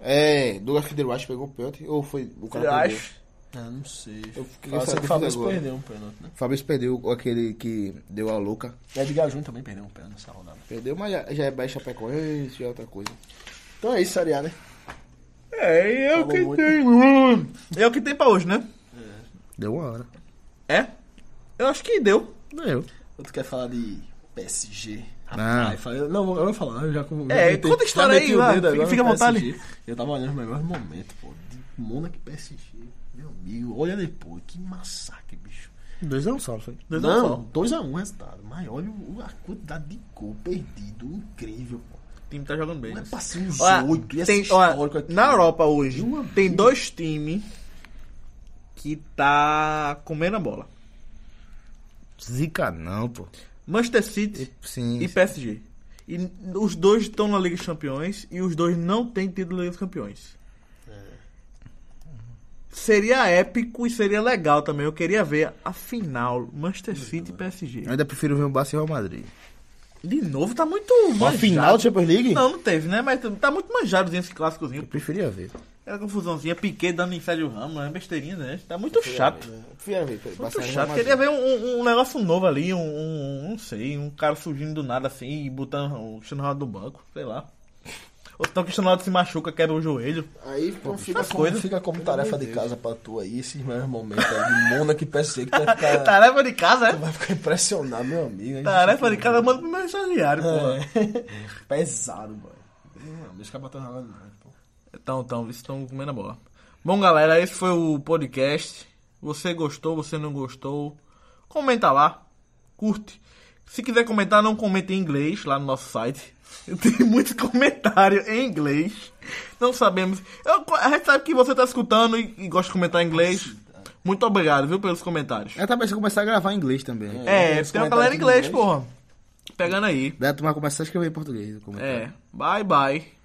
S3: É, Douglas Federwash pegou o pênalti. Ou foi o cara que perdeu?
S2: Acho.
S4: Ah, não sei.
S3: Eu fiquei
S4: Fala,
S3: sabendo
S4: o Fabrício
S3: agora.
S4: perdeu um pênalti, né?
S3: Fabrício perdeu aquele que deu a louca.
S4: E Edgar Júnior também perdeu um pênalti nessa rodada.
S3: Perdeu, mas já, já é baixa Chapecoense, já é outra coisa.
S4: Então é isso, Sariá, né?
S2: É, é o
S4: Falou
S2: que
S4: muito.
S3: né?
S2: tem. É o que tem pra hoje, né?
S3: Deu uma hora.
S2: É? Eu acho que deu.
S3: Deu.
S4: Ou tu quer falar de PSG?
S3: Não.
S4: Rapaz, fala- não, vou- eu vou falar, eu já com-
S2: Ah. É,
S4: já meti-
S2: conta a
S4: já
S2: história
S4: meti
S2: aí,
S4: o
S2: vai,
S4: dedo
S2: fica-
S4: agora
S2: fica à
S4: no
S2: vontade.
S4: PSG. Eu tava olhando os melhores momentos, pô, de Mônaco e PSG. Meu amigo, olha depois, que massacre, bicho.
S3: 2 a 1 só, foi.
S2: Dois a um só.
S4: Não, 2x1 um, o resultado, mas olha o- a quantidade de gol perdido, incrível, pô.
S2: O time tá jogando bem.
S4: Não é pra ser uns
S2: Olha,
S4: oito, ia ser
S2: tem-
S4: histórico
S2: olha,
S4: aqui.
S2: Na Europa hoje,
S4: Meu amigo.
S2: tem dois times que tá comendo a bola.
S3: Zica não, pô.
S2: Manchester City
S3: Sim.
S2: e PSG. E os dois estão na Liga dos Campeões e os dois não têm tido Liga dos Campeões.
S4: É.
S2: Seria épico e seria legal também. Eu queria ver a final Manchester City e PSG.
S3: Eu ainda prefiro ver o Barça e o Real Madrid.
S2: De novo, tá muito
S3: Uma
S2: manjado.
S3: final de Champions League?
S2: Não, não teve, né? Mas tá muito manjadozinho esse clássicozinho.
S3: Eu preferia ver.
S2: Era confusãozinha, Piquet dando em Sérgio Ramos, é besteirinha, né? Tá muito chato.
S3: Eu É, preferia ver. pô,
S2: Muito
S3: Barça e Real
S2: chato.
S3: Madrid.
S2: Queria ver um, um- um negócio novo ali, um, um- Não sei, um cara surgindo do nada assim e botando o Cristiano Ronaldo do banco, sei lá. Ou então o Cristiano Ronaldo se machuca, quebra o joelho.
S4: Aí pô, fica,
S2: essas
S4: como,
S2: coisas.
S4: fica como tarefa de casa pra tu aí, esses melhores momentos aí de Mônaco e PSG que tu vai ficar,
S2: Tarefa de casa,
S4: tu
S2: é?
S4: vai ficar impressionado, meu amigo. hein?
S2: Tarefa de né? casa, manda pro meu estagiário, porra.
S4: É. Pesado, mano. Não, Deixa que bateu jogando, não, pô.
S2: Então, então, vocês estão comendo a bola. Bom, galera, esse foi o podcast. Você gostou, você não gostou? Comenta lá, curte. Se quiser comentar, não comente em inglês lá no nosso site. Tem muitos comentários em inglês. Não sabemos. Eu- a gente sabe que você está escutando e, e gosta de comentar em inglês. Muito obrigado, viu, pelos comentários.
S3: Eu tava pensando em É, começar a gravar em inglês também.
S2: É,
S4: Os
S2: tem uma galera É, em
S4: comentários em
S2: inglês,
S4: inglês.
S2: porra. Pegando aí.
S3: é, Daí a turma começar a escrever em português. no comentário.
S2: É. Bye, bye.